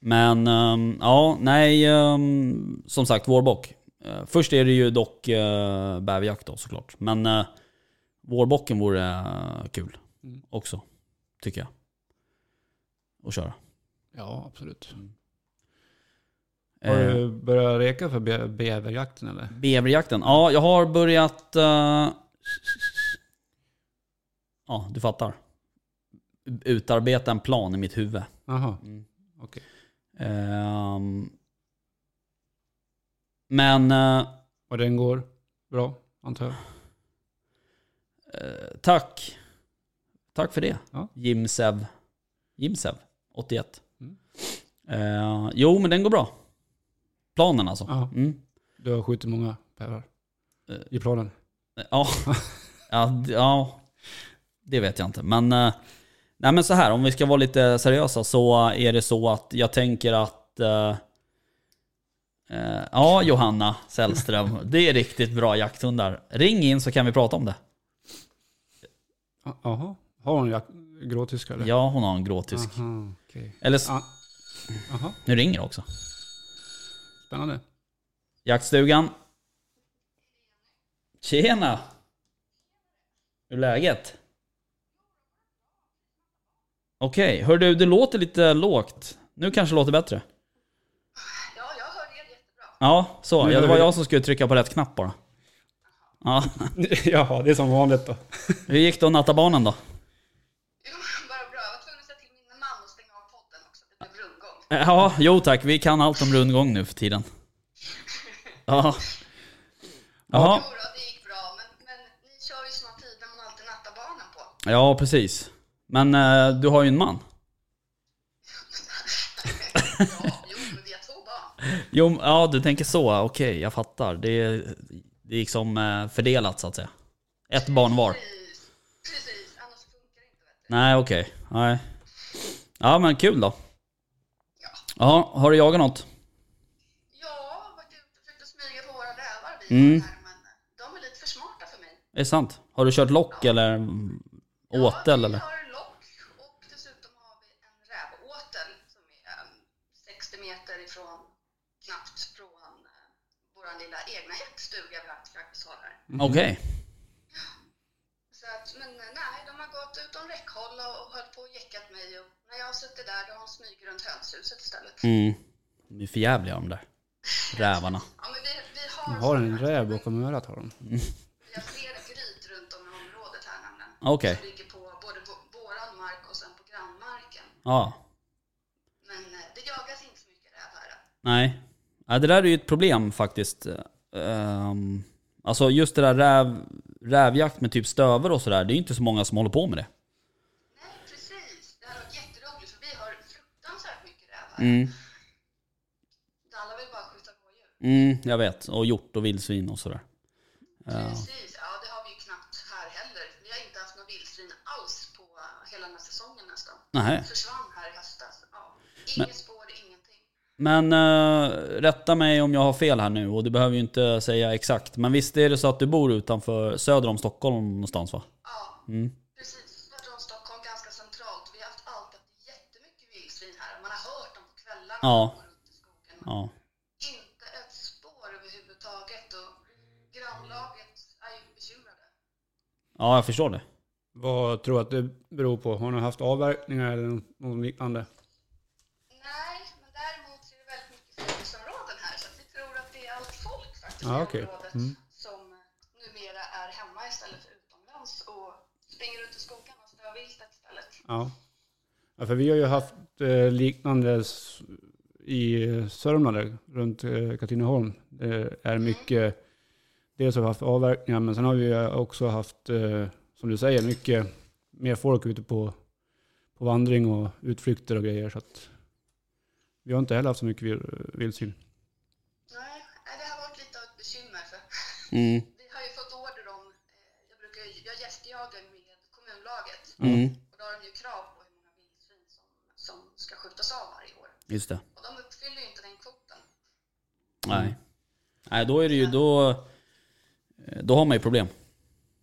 [SPEAKER 1] men ehm, ja, nej. ehm, som sagt, vårbock. Eh, först är det ju dock uh, bäverjakt då såklart. Men uh, vårbocken vore eh, kul
[SPEAKER 2] Mm.
[SPEAKER 1] också. Tycker jag. Att köra.
[SPEAKER 2] Ja, absolut. Har
[SPEAKER 1] Eh,
[SPEAKER 2] du börjat reka för be- bäverjakten eller?
[SPEAKER 1] Beverjakten. Ja, jag har börjat... eh, Ja, du fattar. Utarbeta en plan i mitt huvud.
[SPEAKER 2] Jaha,
[SPEAKER 1] Mm.
[SPEAKER 2] okej.
[SPEAKER 1] Ehm, men eh,
[SPEAKER 2] Och den går bra, antar jag?
[SPEAKER 1] eh, tack. Tack för det.
[SPEAKER 2] Ja.
[SPEAKER 1] Jimsev. Jimsev, 81.
[SPEAKER 2] Mm.
[SPEAKER 1] Eh, jo, men den går bra. Planen alltså.
[SPEAKER 2] Ja.
[SPEAKER 1] Mm.
[SPEAKER 2] Du har skjutit många bävrar
[SPEAKER 1] Eh.
[SPEAKER 2] i planen?
[SPEAKER 1] Ja. ja, d- ja, det vet jag inte. Men, eh, nej men så här, om vi ska vara lite seriösa så är det så att jag tänker att eh, eh, Ja, Johanna Sällström, det är riktigt bra jakthundar. Ring in så kan vi prata om det.
[SPEAKER 2] Ja, Jaha, har hon jak- gråtyska eller?
[SPEAKER 1] Ja, hon har en gråtysk.
[SPEAKER 2] Aha, okej.
[SPEAKER 1] Eller, s-
[SPEAKER 2] Ja. Jaha,
[SPEAKER 1] nu ringer det också.
[SPEAKER 2] spännande.
[SPEAKER 1] Jaktstugan. Tjena! Hur är läget? Okej, hör du, det låter lite lågt. Nu kanske det låter bättre.
[SPEAKER 7] Ja, jag hörde er jättebra.
[SPEAKER 1] Ja, så.
[SPEAKER 2] Nu
[SPEAKER 1] Ja, det
[SPEAKER 2] hör
[SPEAKER 1] var
[SPEAKER 2] vi.
[SPEAKER 1] jag som skulle trycka på rätt knapp bara. Ja,
[SPEAKER 2] Jaha, det är som vanligt då.
[SPEAKER 1] hur gick det att natta barnen då?
[SPEAKER 7] Jo, bara bra. Jag var tvungen att säga till min man att stänga av podden också. Det blev rundgång.
[SPEAKER 1] Ja, jo tack. Vi kan allt om rundgång nu för tiden. Ja. Jaha.
[SPEAKER 7] Jodå, det gick bra. Men, men ni kör ju såna tider man alltid nattar barnen på.
[SPEAKER 1] Ja, precis. Men eh, du har ju en man.
[SPEAKER 7] ja, jo, men vi har två barn.
[SPEAKER 1] Jo, ja du tänker så. Okej, jag fattar. Det är, det är liksom eh, fördelat så att säga. Ett barn var.
[SPEAKER 7] Precis, precis. Annars funkar det inte. Vet du.
[SPEAKER 1] Nej, okej. Nej. Ja, men kul då. Ja, har du jagat något?
[SPEAKER 7] Jag har varit ute och försökt att smyga på våra rävar vi
[SPEAKER 1] Mm.
[SPEAKER 7] har här, men de är lite för smarta för mig.
[SPEAKER 1] Är det sant? Har du kört lock eller mm, åtel eller?
[SPEAKER 7] Ja, vi har lock och dessutom har vi en rävåtel som är um, 60 meter ifrån, knappt från uh, vår lilla egna jaktstuga vi faktiskt har här.
[SPEAKER 1] Okej.
[SPEAKER 7] Så att, men eh, nej, de har gått utom räckhåll och, och höll på och jäckat mig och när jag har suttit där då har de smyger runt hönshuset istället.
[SPEAKER 1] Mm. De är för jävliga de där rävarna.
[SPEAKER 7] Ja, men vi, vi har,
[SPEAKER 2] Hon har en räv bakom örat har hon.
[SPEAKER 7] Vi har flera gryt runt om i området här nämligen.
[SPEAKER 1] Okej.
[SPEAKER 7] Som ligger på både vå- våran mark och sen på grannmarken.
[SPEAKER 1] Ja.
[SPEAKER 7] Men eh, det jagas inte så mycket räv här.
[SPEAKER 1] Nej. Ja, det där är ju ett problem faktiskt. Ehm, alltså just det där räv, rävjakt med typ stöver och sådär. Det är ju inte så många som håller på med det.
[SPEAKER 7] Nej, precis. Det hade varit jätteroligt för vi har fruktansvärt mycket räv här.
[SPEAKER 1] Mm.
[SPEAKER 7] Alla vill bara skjuta rådjur.
[SPEAKER 1] Mm, jag vet. Och hjort och vildsvin och sådär. Eh, Ja.
[SPEAKER 7] Precis. Ja, det har vi ju knappt här heller. Vi har inte haft några vildsvin alls på eh, hela den här säsongen nästan.
[SPEAKER 1] Nej.
[SPEAKER 7] Försvann här i höstas. Ja. Inget spår, ingenting.
[SPEAKER 1] Men eh, rätta mig om jag har fel här nu och du behöver ju inte säga exakt. Men visst är det så att du bor utanför, söder om Stockholm någonstans va?
[SPEAKER 7] Ja,
[SPEAKER 1] Mm.
[SPEAKER 7] precis. Vart från Stockholm, ganska centralt. Vi har haft alltid haft jättemycket vildsvin här. Man har hört dem på kvällarna.
[SPEAKER 1] Ja.
[SPEAKER 7] när man går runt i skogen.
[SPEAKER 1] Ja.
[SPEAKER 7] Inte ett spår överhuvudtaget och grannlaget är ju bekymrade.
[SPEAKER 1] Ja, jag förstår det.
[SPEAKER 2] Vad tror du att det beror på? Har hon haft avverkningar eller något- något liknande?
[SPEAKER 7] Nej, men däremot så är det väldigt mycket fritidsområden här så att vi tror att det är allt folk faktiskt
[SPEAKER 2] Ja,
[SPEAKER 7] i
[SPEAKER 2] okej.
[SPEAKER 7] området
[SPEAKER 2] Mm.
[SPEAKER 7] som numera är hemma istället för utomlands och springer runt i skogarna och stör viltet istället.
[SPEAKER 2] Ja. ja. För vi har ju haft eh, liknande s- i eh, Sörmland, där, runt eh, Katrineholm. Det är mycket, dels har vi haft avverkningar, men sen har vi ju också haft, eh, som du säger, mycket mer folk ute på, på vandring och utflykter och grejer. Så att vi har inte heller haft så mycket vil- vildsvin.
[SPEAKER 7] Nej, nej, det har varit lite av ett bekymmer för
[SPEAKER 1] Mm.
[SPEAKER 7] vi har ju fått order om brukar, ju- jag gästjagar med kommunlaget
[SPEAKER 1] Mm,
[SPEAKER 7] och då har de ju krav på hur många vildsvin som, som ska skjutas av varje år.
[SPEAKER 1] just det.
[SPEAKER 7] Och de uppfyller ju inte den kvoten.
[SPEAKER 1] Nej. Nej, då är det ju, då, då har man ju problem.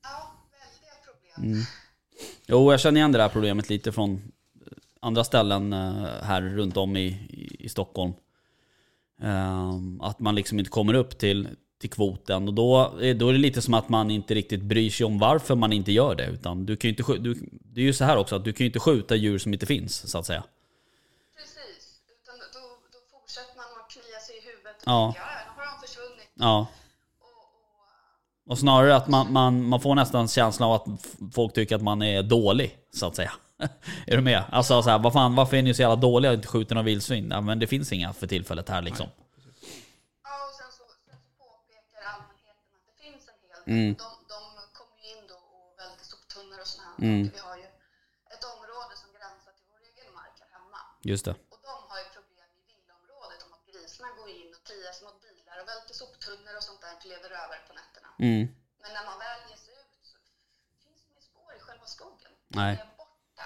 [SPEAKER 7] Ja, väldiga problem.
[SPEAKER 1] Mm. Jo, jag känner igen det där problemet lite från eh, andra ställen eh, här runt om i, i- i Stockholm. Ehm, Att man liksom inte kommer upp till, till kvoten. Och då, är- då är det lite som att man inte riktigt bryr sig om varför man inte gör det. Utan du kan ju inte, skj- du, det är ju så här också att du kan ju inte skjuta djur som inte finns så att säga.
[SPEAKER 7] Precis. Utan då, då fortsätter man att klia sig i huvudet och
[SPEAKER 1] Ja.
[SPEAKER 7] tänka, ja, ja, nu har de försvunnit.
[SPEAKER 1] Ja.
[SPEAKER 7] Och, och,
[SPEAKER 1] Och snarare att man, man, man får nästan känslan av att f- folk tycker att man är dålig, så att säga. är du med? Alltså så här, vad fan, varför är ni så jävla dåliga och inte skjuter några vildsvin? Ja, men det finns inga för tillfället här liksom.
[SPEAKER 7] ja, och sen, så, sen så påpekar allmänheten att det finns en hel del.
[SPEAKER 1] Mm.
[SPEAKER 7] De, de kommer ju in då och välter soptunnor och sådana här
[SPEAKER 1] Mm.
[SPEAKER 7] saker. Vi har ju ett område som gränsar till vår egen mark här hemma.
[SPEAKER 1] Just det.
[SPEAKER 7] Och de har ju problem i villaområdet om att grisarna går in och kliar sig mot bilar och välter soptunnor och sånt där och lever över på nätterna.
[SPEAKER 1] Mm.
[SPEAKER 7] Men när man väl ger sig ut så finns det inget spår i själva skogen.
[SPEAKER 1] Nej.
[SPEAKER 7] Det är borta.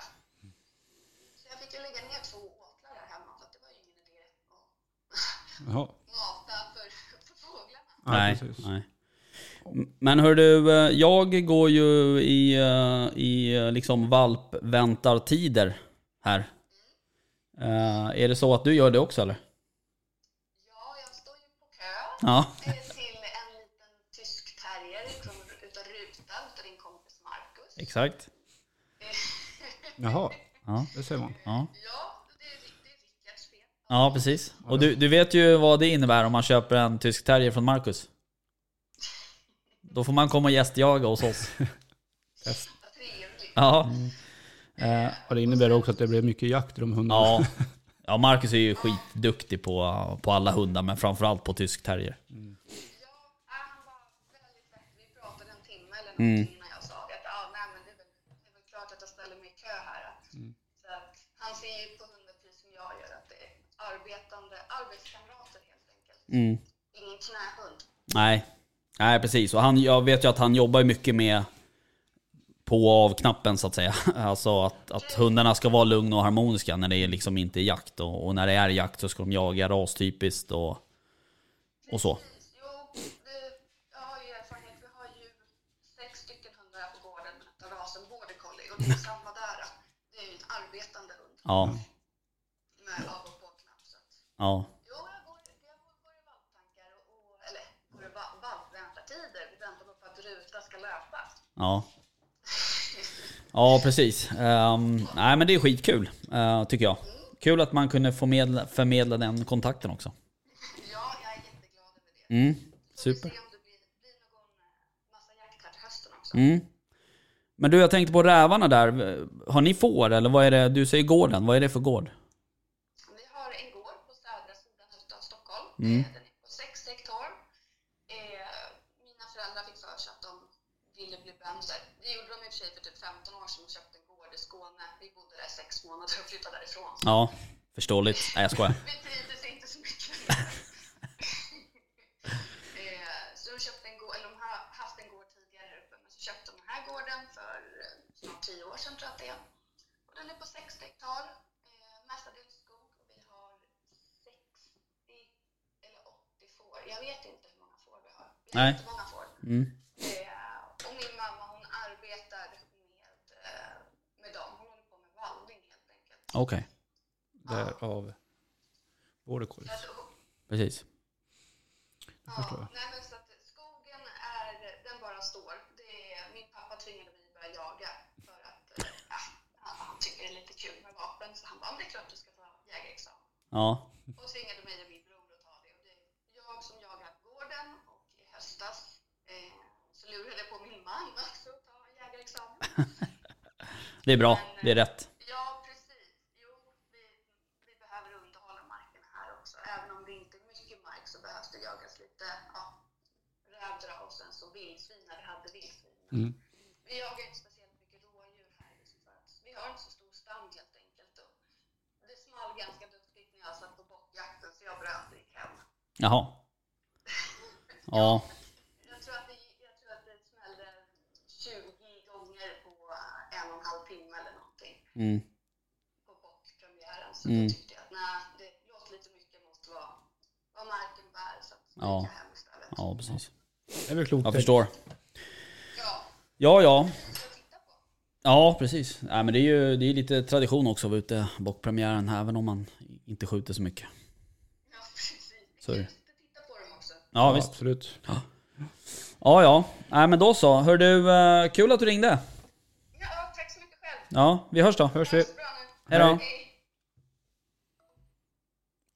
[SPEAKER 7] Så jag fick ju lägga ner två åkrar här hemma för att det var ju ingen idé att
[SPEAKER 2] Jaha.
[SPEAKER 7] mata för, för fåglarna.
[SPEAKER 2] Ja,
[SPEAKER 1] nej,
[SPEAKER 2] precis.
[SPEAKER 1] nej. M- Men hör du, eh, jag går ju i, eh, i eh, liksom valpväntartider här. Eh, är det så att du gör det också eller?
[SPEAKER 7] Ja, jag står ju på kö
[SPEAKER 1] Ja.
[SPEAKER 7] eh, till en liten tysk terrier ifrån- utav rutan utav din kompis Marcus.
[SPEAKER 1] Exakt.
[SPEAKER 2] Jaha,
[SPEAKER 1] Ja.
[SPEAKER 2] det ser man.
[SPEAKER 1] ja.
[SPEAKER 7] Ja, det är, det är Rickards fel.
[SPEAKER 1] Ja, precis. Och du, du vet ju vad det innebär om man köper en tysk terrier från Marcus. Då får man komma och gästjaga hos oss. Mm.
[SPEAKER 7] Vad trevligt.
[SPEAKER 1] Ja.
[SPEAKER 2] Eh, Och det innebär också att det blir mycket jakt i de hundarna.
[SPEAKER 1] Ja. ja, Marcus är ju skitduktig på, på alla hundar, men framförallt på tysk terrier.
[SPEAKER 7] Ja, ah, han var väldigt lätt. Vi pratade en timme eller någonting innan jag sa att ja, nej, men det, är väl, det är väl klart att jag ställer mig i kö här. Att, så att, han ser ju på hundar precis som jag gör att det är arbetande arbetskamrater helt enkelt. Ingen knähund.
[SPEAKER 1] Nej. Nej, precis. Och han, jag vet ju att han jobbar ju mycket med på och av-knappen så att säga. Alltså att, att hundarna ska vara lugna och harmoniska när det är liksom inte är jakt. Och, och när det är jakt så ska de jaga rastypiskt och, och så.
[SPEAKER 7] Precis. Jo, det, jag har ju erfarenhet. Vi har ju sex stycken hundar här på gården av rasen border collie och det är samma där. Det är ju en arbetande hund
[SPEAKER 1] Ja.
[SPEAKER 7] med av och på-knapp. så att-
[SPEAKER 1] Ja.
[SPEAKER 7] Jo, jag går, jag går, går i valptankar och, och eller går i va- valpväntartider. Vi väntar bara på att rutan ska löpa.
[SPEAKER 1] Ja. Ja, precis. Ehm, nej, men det är skitkul, eh, tycker jag. Kul att man kunde förmedla, förmedla den kontakten också.
[SPEAKER 7] Ja, jag är jätteglad över det.
[SPEAKER 1] Mm,
[SPEAKER 7] Får vi
[SPEAKER 1] super.
[SPEAKER 7] se om det blir, blir någon eh, massa jakt här till hösten också.
[SPEAKER 1] Mm. Men du, jag tänkte på rävarna där. Har ni får eller vad är det? Du säger gården. Vad är det för gård?
[SPEAKER 7] Vi har en gård på södra sidan av Stockholm.
[SPEAKER 1] Mm.
[SPEAKER 7] Eh, Den är på sex hektar. Eh, mina föräldrar fick för sig att de ville bli bönder. Det gjorde de i och för sig för typ 15 år sedan och köpte en gård i Skåne. Vi bodde där i sex månader och flyttade därifrån.
[SPEAKER 1] Ja, förståeligt. Nej, jag skojar.
[SPEAKER 7] Vi trivdes inte så mycket. Eh, så de köpte en gård, eller de har haft en gård tidigare här uppe, men så köpte de den här gården för eh, snart tio år sedan tror jag att det är. Och den är på 60 hektar, eh, mestadels skog och vi har 60 eller 80 får. Jag vet inte hur många får vi har. Vi har
[SPEAKER 1] Nej.
[SPEAKER 7] jättemånga får.
[SPEAKER 1] Mm.
[SPEAKER 7] Eh, och min mamma hon arbetar med, eh, med dem. Hon håller på med vallning helt enkelt.
[SPEAKER 1] Okej,
[SPEAKER 2] Därav border
[SPEAKER 7] Så
[SPEAKER 2] collies.
[SPEAKER 7] att hon-
[SPEAKER 1] precis.
[SPEAKER 2] förstår jag.
[SPEAKER 7] Ja, nej men så att skogen är, den bara står. Det är, min pappa tvingade mig att börja jaga för att eh, ja, han, han tycker det är lite kul med vapen så han bara, "Men det är klart du ska ta jägarexamen.
[SPEAKER 1] Ja,
[SPEAKER 2] Mm.
[SPEAKER 7] Och tvingade mig och min bror att ta det. Och det är jag som jagar på gården och i höstas eh, så lurade jag på min man också att ta jägarexamen.
[SPEAKER 1] det är bra. Det är rätt.
[SPEAKER 7] Ja, precis. Jo, vi, vi behöver underhålla marken här också. Även om det inte är mycket mark så behövs det jagas lite ja, rävdra och sen så vildsvin när vi hade vildsvin.
[SPEAKER 2] Mm.
[SPEAKER 7] Vi jagar inte speciellt mycket rådjur här. just för att Vi har inte så stor stam helt enkelt. Och det small ganska duktigt när jag satt på bockjakten så jag bröt och gick hem.
[SPEAKER 1] Jaha. Ja,
[SPEAKER 7] Jag tror att det, jag tror att det smällde 20 gånger på en och en halv timme eller någonting
[SPEAKER 1] Mm.
[SPEAKER 7] på bockpremiären. Så
[SPEAKER 1] Mm.
[SPEAKER 7] då tyckte jag att nej, det låter lite mycket mot vad, vad marken bär. Så att
[SPEAKER 1] Ja.
[SPEAKER 7] ja. gick jag hem istället.
[SPEAKER 1] Ja, precis.
[SPEAKER 2] Det är väl klokt.
[SPEAKER 1] Jag förstår.
[SPEAKER 7] Ja,
[SPEAKER 1] Ja, ja.
[SPEAKER 7] så jag tittade på.
[SPEAKER 1] Ja, precis. Nej, men det är ju det är lite tradition också att vara ute bockpremiären, även om man inte skjuter så mycket.
[SPEAKER 7] Ja, precis.
[SPEAKER 1] Så är det.
[SPEAKER 7] Jag sitter och tittar på dem också.
[SPEAKER 1] Ja,
[SPEAKER 2] Ja,
[SPEAKER 1] visst.
[SPEAKER 2] Absolut.
[SPEAKER 1] Ja, ja. Nej, men då så. Hör du, eh, kul att du ringde.
[SPEAKER 7] Ja, tack så mycket själv.
[SPEAKER 1] Ja, vi hörs då.
[SPEAKER 2] Hörs
[SPEAKER 7] Ha
[SPEAKER 2] vi.
[SPEAKER 7] det så bra nu.
[SPEAKER 1] Hej då.
[SPEAKER 7] Hej.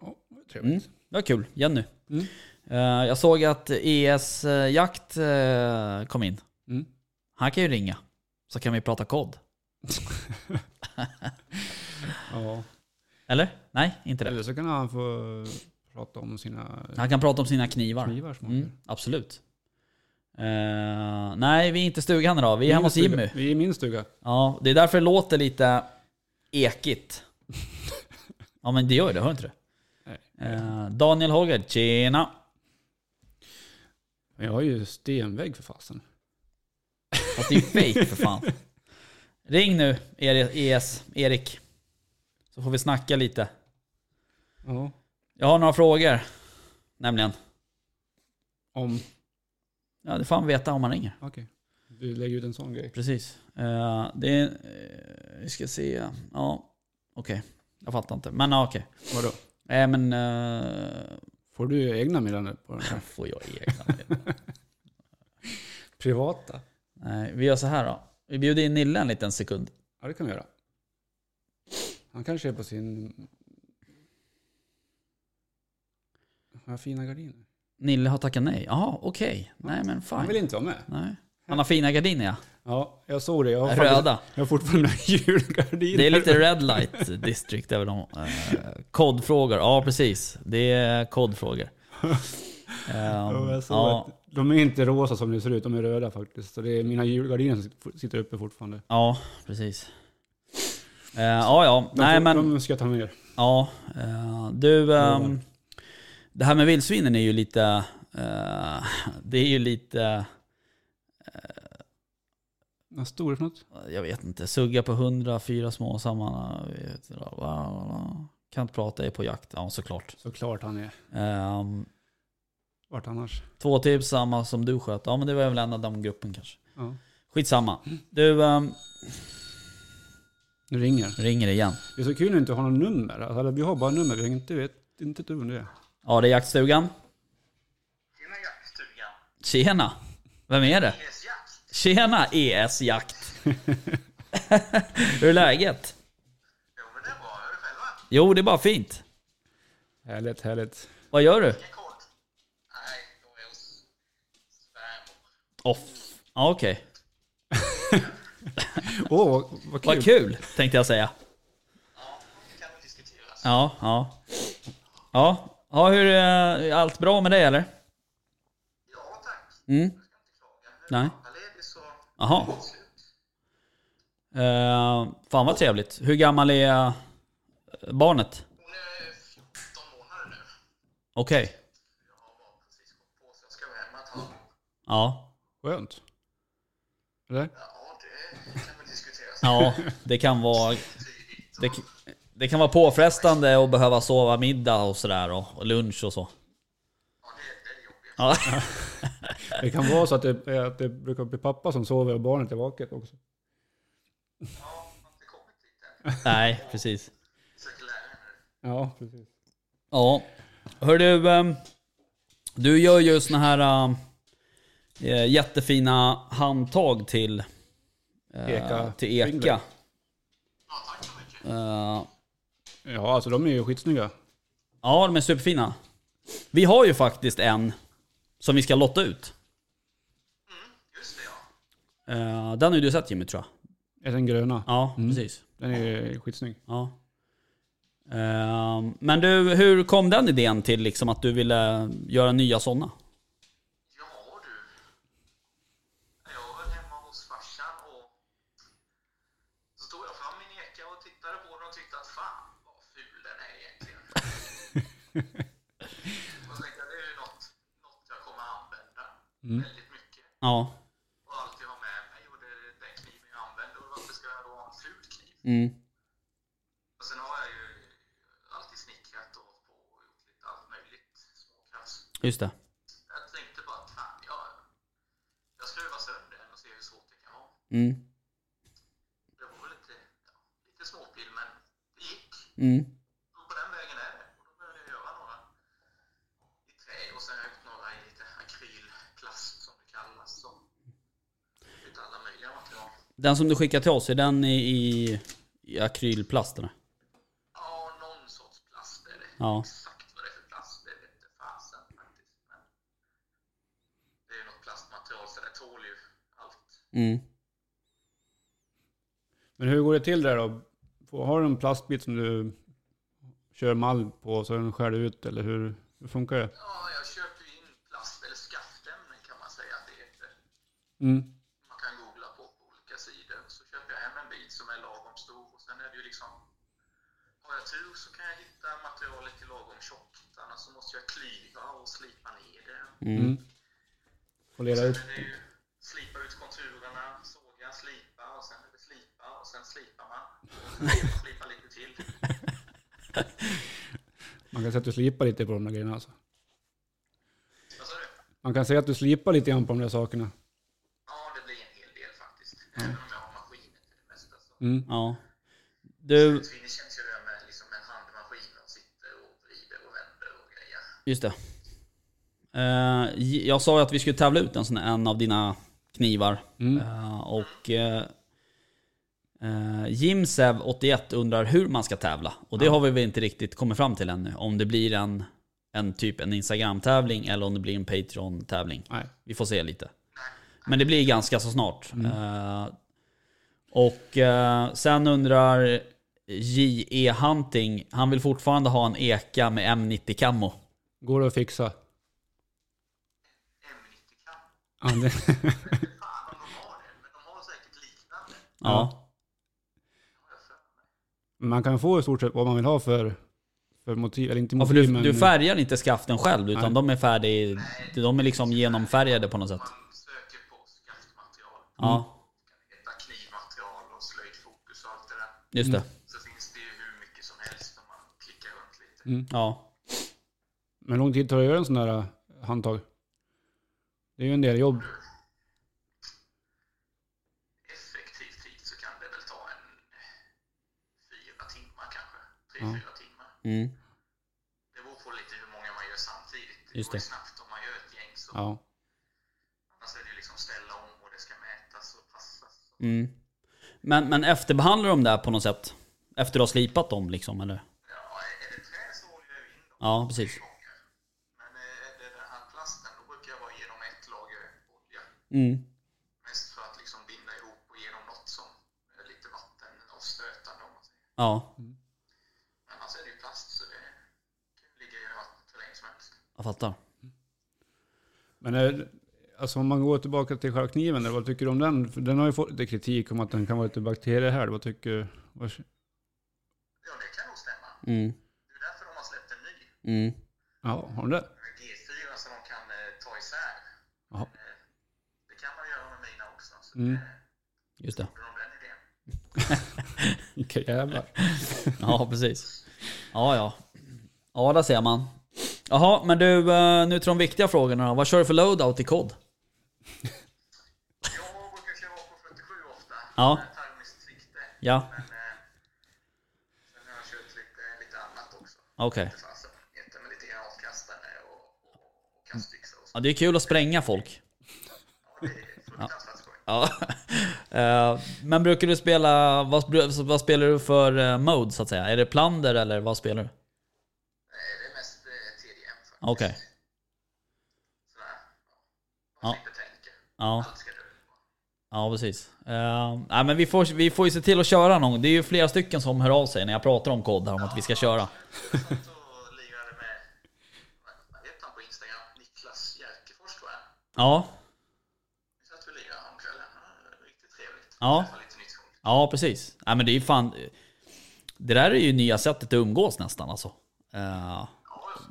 [SPEAKER 2] Ja, trevligt.
[SPEAKER 1] Det var kul. Jenny.
[SPEAKER 2] Mm.
[SPEAKER 1] Eh, jag såg att ES eh, Jakt eh, kom in.
[SPEAKER 2] Mm.
[SPEAKER 1] Han kan ju ringa. Så kan vi prata kod.
[SPEAKER 2] Ja.
[SPEAKER 1] Eller? Nej, inte det.
[SPEAKER 2] Eller så kan han få prata om sina
[SPEAKER 1] Han kan prata om sina knivar.
[SPEAKER 2] knivar som han
[SPEAKER 1] Mm,
[SPEAKER 2] gör.
[SPEAKER 1] absolut. Eh, nej, vi är inte i stugan idag. Vi är hemma hos
[SPEAKER 2] Min stuga.
[SPEAKER 1] Jimmy.
[SPEAKER 2] Vi är i min stuga.
[SPEAKER 1] Ja, det är därför det låter lite ekigt. Ja men det gör ju det, hör inte du? Eh, Daniel Holger, tjena!
[SPEAKER 2] Men jag har ju stenvägg för fasen.
[SPEAKER 1] Fast det är ju fake för fan. Ring nu Eri- ES, Erik. Så får vi snacka lite.
[SPEAKER 2] Ja.
[SPEAKER 1] Jag har några frågor. Nämligen.
[SPEAKER 2] Om...
[SPEAKER 1] Ja det får han veta om man ringer.
[SPEAKER 2] Okej. Du lägger ut en sån grej.
[SPEAKER 1] Precis. Eh, det är... eh, vi ska se. Ja, okej. Jag fattar inte. Men ja, okej.
[SPEAKER 2] Vadå?
[SPEAKER 1] Nej men... eh,
[SPEAKER 2] Får du egna meddelanden på den här?
[SPEAKER 1] får jag egna
[SPEAKER 2] Privata?
[SPEAKER 1] Nej, vi gör så här då. Vi bjuder in Nille en liten sekund.
[SPEAKER 2] Ja, det kan vi göra. Han kanske är på sin... Har jag fina gardiner?
[SPEAKER 1] Nille har tackat nej. Jaha, okej. Nej men
[SPEAKER 2] Han vill
[SPEAKER 1] fine.
[SPEAKER 2] inte vara med.
[SPEAKER 1] Nej. Han har fina gardiner ja.
[SPEAKER 2] Ja, jag såg det. Jag har faktiskt-
[SPEAKER 1] Röda.
[SPEAKER 2] Jag har fortfarande mina julgardiner.
[SPEAKER 1] Det är lite red light district över dem. Eh, kodfrågor, ja precis. Det är kodfrågor. Ehm,
[SPEAKER 2] Ja, jag såg
[SPEAKER 1] ja,
[SPEAKER 2] att de är inte rosa som det ser ut, de är röda faktiskt. Så det är mina julgardiner som sit- sitter uppe fortfarande.
[SPEAKER 1] ja, precis. Eh, ja, ja.
[SPEAKER 2] De,
[SPEAKER 1] Nej
[SPEAKER 2] får-
[SPEAKER 1] men,
[SPEAKER 2] de ska jag ta med.
[SPEAKER 1] ja. eh, du, ehm, det här med vildsvinen är ju lite, eh, det är ju lite,
[SPEAKER 2] Vad stor är det för något?
[SPEAKER 1] jag vet inte, sugga på hundra, fyra små samman, vet du, bla, bla, bla. kan inte prata, är på jakt. Ja, såklart.
[SPEAKER 2] Såklart han är.
[SPEAKER 1] Ehm,
[SPEAKER 2] Vart annars?
[SPEAKER 1] Två tips, samma som du sköt. Ja men det var väl en av de gruppen kanske.
[SPEAKER 2] Ja.
[SPEAKER 1] Skitsamma. Du ehm,
[SPEAKER 2] Nu ringer.
[SPEAKER 1] ringer igen.
[SPEAKER 2] Det är så kul att inte ha något nummer. Alltså, vi har bara nummer, vi har inte vet inte ett dugg om det är.
[SPEAKER 1] Ja det är jaktstugan.
[SPEAKER 4] Tjena jaktstugan.
[SPEAKER 1] Tjena! Vem är det?
[SPEAKER 4] ES Jakt.
[SPEAKER 1] Tjena ES Jakt! Hur är läget?
[SPEAKER 4] Jo men det är bra. Hör du själva?
[SPEAKER 1] Jo det är bara fint.
[SPEAKER 2] Härligt, härligt.
[SPEAKER 1] Vad gör du?
[SPEAKER 4] Inga kod? Nej, jag är hos svärmor.
[SPEAKER 1] Off. Ja okej.
[SPEAKER 2] Åh, vad, vad kul.
[SPEAKER 1] Vad kul tänkte jag säga.
[SPEAKER 4] Ja, det kan väl diskuteras.
[SPEAKER 1] Ja, ja. Ja, ja hur, eh, är allt bra med dig eller?
[SPEAKER 4] Ja tack.
[SPEAKER 1] Mm.
[SPEAKER 4] Jag ska inte klaga. Nu är
[SPEAKER 1] Nej.
[SPEAKER 4] pappa ledig, så
[SPEAKER 1] Jaha.
[SPEAKER 4] slut.
[SPEAKER 1] Uh, fan vad trevligt. Hur gammal är eh, barnet?
[SPEAKER 4] Hon är 14 månader nu.
[SPEAKER 1] Okej.
[SPEAKER 4] Jag har bara precis gått på så jag ska vara hemma ett halvår.
[SPEAKER 1] Ja.
[SPEAKER 2] Skönt. Eller?
[SPEAKER 4] Ja, det kan väl diskuteras.
[SPEAKER 1] Ja, det kan vara
[SPEAKER 4] Tidigt.
[SPEAKER 1] det, det kan vara påfrestande att behöva sova middag och sådär och, och lunch och så.
[SPEAKER 4] Ja, det, det är jobbigt.
[SPEAKER 1] Ja,
[SPEAKER 2] Det kan vara så att det, att det brukar bli pappa som sover och barnet är vaket också.
[SPEAKER 4] Ja, man har inte kommit dit än.
[SPEAKER 1] nej, precis.
[SPEAKER 4] Försöker lära mig nu.
[SPEAKER 2] Ja, precis.
[SPEAKER 1] Ja. Hör du, ehm, du gör ju såna här ehm, eh, jättefina handtag till eh,
[SPEAKER 2] Eka.
[SPEAKER 1] Till Eka.
[SPEAKER 2] Yngve.
[SPEAKER 4] Ja, tack så mycket.
[SPEAKER 1] Eh,
[SPEAKER 2] Ja, alltså de är ju skitsnygga.
[SPEAKER 1] ja, de är superfina. Vi har ju faktiskt en som vi ska lotta ut.
[SPEAKER 4] Just det, ja.
[SPEAKER 1] Eh, den har ju du sett Jimmy tror jag.
[SPEAKER 2] Är den gröna?
[SPEAKER 1] Ja, precis.
[SPEAKER 2] Den är skitsnygg.
[SPEAKER 1] Ja. Ehm, men du, hur kom den idén till liksom att du ville göra nya sådana?
[SPEAKER 4] Ja du. Jag var väl hemma hos farsan och så tog jag fram min eka och tittade på den och tyckte att fan vad ful den är egentligen. och så tänkte jag det är ju något, något jag kommer använda väldigt mycket
[SPEAKER 1] Ja,
[SPEAKER 4] och alltid ha med mig och det, den kniv
[SPEAKER 1] Mm.
[SPEAKER 4] Och sen har jag ju alltid snickrat och hållit på och gjort lite allt möjligt. Småkrafs.
[SPEAKER 1] Just det.
[SPEAKER 4] Jag tänkte bara att fan, jag, jag skruvar sönder den och ser hur svårt det kan vara.
[SPEAKER 1] Mm.
[SPEAKER 4] Det var väl lite, ja, lite småpil, men det gick.
[SPEAKER 1] Mm.
[SPEAKER 4] Och på den vägen är det. Och då började jag göra några i trä och sen har jag gjort några i lite akrylplast som det kallas. Som, lite alla möjliga material.
[SPEAKER 1] Den som du skickar till oss, är den i, i, i akrylplasterna?
[SPEAKER 4] Ja, någon sorts plast är det.
[SPEAKER 1] Ja.
[SPEAKER 4] Exakt vad det är för plast, det vete fasen faktiskt. Men det är ju något plastmaterial så det tål ju allt.
[SPEAKER 1] Mm.
[SPEAKER 2] Men hur går det till där då? Får- Har du en plastbit som du kör mall på och sen skär du ut eller hur, hur funkar det?
[SPEAKER 4] Ja, jag köper ju in plast eller skaftämnen kan man säga att det heter.
[SPEAKER 2] Mm.
[SPEAKER 4] man kan googla på på olika sidor. Så köper jag hem en bit som är lagom stor och sen är det ju liksom har jag tur så kan jag hitta materialet till lagom tjockt. Annars så måste jag klyva och slipa ner det.
[SPEAKER 2] Mm. Och leda
[SPEAKER 4] Sen
[SPEAKER 2] ut.
[SPEAKER 4] är det ju slipa ut konturerna, såga, slipa och sen är det slipa och sen slipar man. Och sen slipa lite till.
[SPEAKER 2] Man kan säga att du slipar lite på de där grejerna alltså.
[SPEAKER 4] Vad sa du?
[SPEAKER 2] Man kan säga att du slipar lite grann på de där sakerna.
[SPEAKER 4] Ja, det blir en hel del faktiskt. Även om jag har maskiner till det mesta så.
[SPEAKER 2] Mm.
[SPEAKER 1] Ja. Du,
[SPEAKER 4] Finishens gör jag med liksom en handmaskin och sitter och vrider och vänder och grejer.
[SPEAKER 1] just det. Eh, j- jag sa ju att vi skulle tävla ut en, sån, en av dina knivar. Eh, och eh, eh, Jimsev81 undrar hur man ska tävla. Och det har vi väl inte riktigt kommit fram till ännu. Om det blir en, en typ en Instagram-tävling eller om det blir en Patreon-tävling.
[SPEAKER 2] Nej.
[SPEAKER 1] Vi får se lite. Men det blir ganska så snart. Eh, och eh, sen undrar JE Hunting, han vill fortfarande ha en Eka med M90 Camo.
[SPEAKER 2] Går det att fixa?
[SPEAKER 4] M90 kan.
[SPEAKER 2] Ja, det,
[SPEAKER 4] Fan om de har det, men de har säkert liknande.
[SPEAKER 1] Ja.
[SPEAKER 2] man kan få i stort sett vad man vill ha för, för motiv. Eller inte
[SPEAKER 1] ja för
[SPEAKER 2] motiv,
[SPEAKER 1] du,
[SPEAKER 2] men...
[SPEAKER 1] du färgar inte skaften själv utan
[SPEAKER 2] Nej.
[SPEAKER 1] de är färdig, de är liksom genomfärgade på något sätt.
[SPEAKER 4] Man söker på skaftmaterial,
[SPEAKER 1] Ja,
[SPEAKER 4] hittar knivmaterial och slöjdfokus och allt det där.
[SPEAKER 1] just det.
[SPEAKER 4] Så finns det ju hur mycket som helst om man klickar runt lite.
[SPEAKER 1] Ja.
[SPEAKER 2] Men hur lång tid tar det att göra en sån där äh, handtag? Det är ju en del jobb.
[SPEAKER 4] Effektiv tid så kan det väl ta en eh, fyra timmar kanske. Tre,
[SPEAKER 2] Ja.
[SPEAKER 4] fyra timmar.
[SPEAKER 1] Mm.
[SPEAKER 4] Det beror på lite hur många man gör samtidigt. Det
[SPEAKER 1] Just
[SPEAKER 4] går ju
[SPEAKER 1] det.
[SPEAKER 4] snabbt om man gör ett gäng. Så
[SPEAKER 2] Ja.
[SPEAKER 4] Annars är det ju liksom ställa om och det ska mätas och passas.
[SPEAKER 1] Mm. Men, men efterbehandlar de där på något sätt? Efter du har slipat dem liksom eller?
[SPEAKER 4] Ja, är det trä så håller jag ju in dem.
[SPEAKER 1] Ja, precis.
[SPEAKER 4] gånger. Men eh, är det den här plasten, då brukar jag bara ge dem ett lager olja.
[SPEAKER 1] Mm.
[SPEAKER 4] Mest för att liksom binda ihop och ge dem något som är lite vattenavstötande om man säger.
[SPEAKER 1] Ja,
[SPEAKER 4] Men annars är det ju plast så det kan ju ligga i vattnet hur länge som helst.
[SPEAKER 1] jag fattar.
[SPEAKER 2] Men är, alltså om man går tillbaka till själva kniven, där, vad tycker du om den? För den har ju fått lite kritik om att den kan vara lite bakteriehärd. Vad tycker vad,
[SPEAKER 4] Ja, det kan nog stämma.
[SPEAKER 1] Mm.
[SPEAKER 4] Det är därför de har släppt en ny
[SPEAKER 1] Mm.
[SPEAKER 2] Ja, har de det?
[SPEAKER 4] eh, G4 som de kan eh, ta isär.
[SPEAKER 2] Jaha.
[SPEAKER 4] Eh, det kan man göra med mina också. Så
[SPEAKER 2] Mm.
[SPEAKER 4] mm.
[SPEAKER 1] Just det.
[SPEAKER 4] det är om den idén.
[SPEAKER 2] Vilka jävlar.
[SPEAKER 1] Ja, precis. Ja, ja. Ja, där ser man. Jaha, men du, eh, nu till de viktiga frågorna då. Vad kör du för loadout i kod?
[SPEAKER 4] Jag brukar kliva av på 47 ofta.
[SPEAKER 1] Ja.
[SPEAKER 4] med Termiskt sikte.
[SPEAKER 1] Ja,
[SPEAKER 4] Men eh, sen har jag kört lite, lite annat också.
[SPEAKER 1] okej.
[SPEAKER 4] Inte fasen heter, men lite grann avkastande och, och, och kastyxa och så.
[SPEAKER 1] Ja, det är kul att spränga folk.
[SPEAKER 4] Ja, det är fruktansvärt skoj.
[SPEAKER 1] Ja. Eh, men brukar du spela, vad, bru- vad spelar du för eh, mode så att säga? Är det plunder eller vad spelar du?
[SPEAKER 4] Nej, det är mest eh, TDM faktiskt.
[SPEAKER 1] Okej.
[SPEAKER 4] Sådär.
[SPEAKER 1] Ja.
[SPEAKER 4] Man slipper tänka.
[SPEAKER 1] Ja,
[SPEAKER 4] Allt ska dö.
[SPEAKER 1] ja precis. Eh, nej, men vi får, vi får ju se till att köra någon gång. Det är ju flera stycken som hör av sig när jag pratar om kod här om att vi ska köra.
[SPEAKER 4] Så lirar det med, vad heter han på Instagram? Niklas Jerkefors tror jag.
[SPEAKER 1] Ja,
[SPEAKER 4] Vi satt och lirade häromkvällen. Ja, Riktigt trevligt.
[SPEAKER 1] Ja.
[SPEAKER 4] Träffade lite nytt folk.
[SPEAKER 1] Ja, precis. Ja, men det är ju fan... Det där är ju nya sättet att umgås nästan alltså. Eh,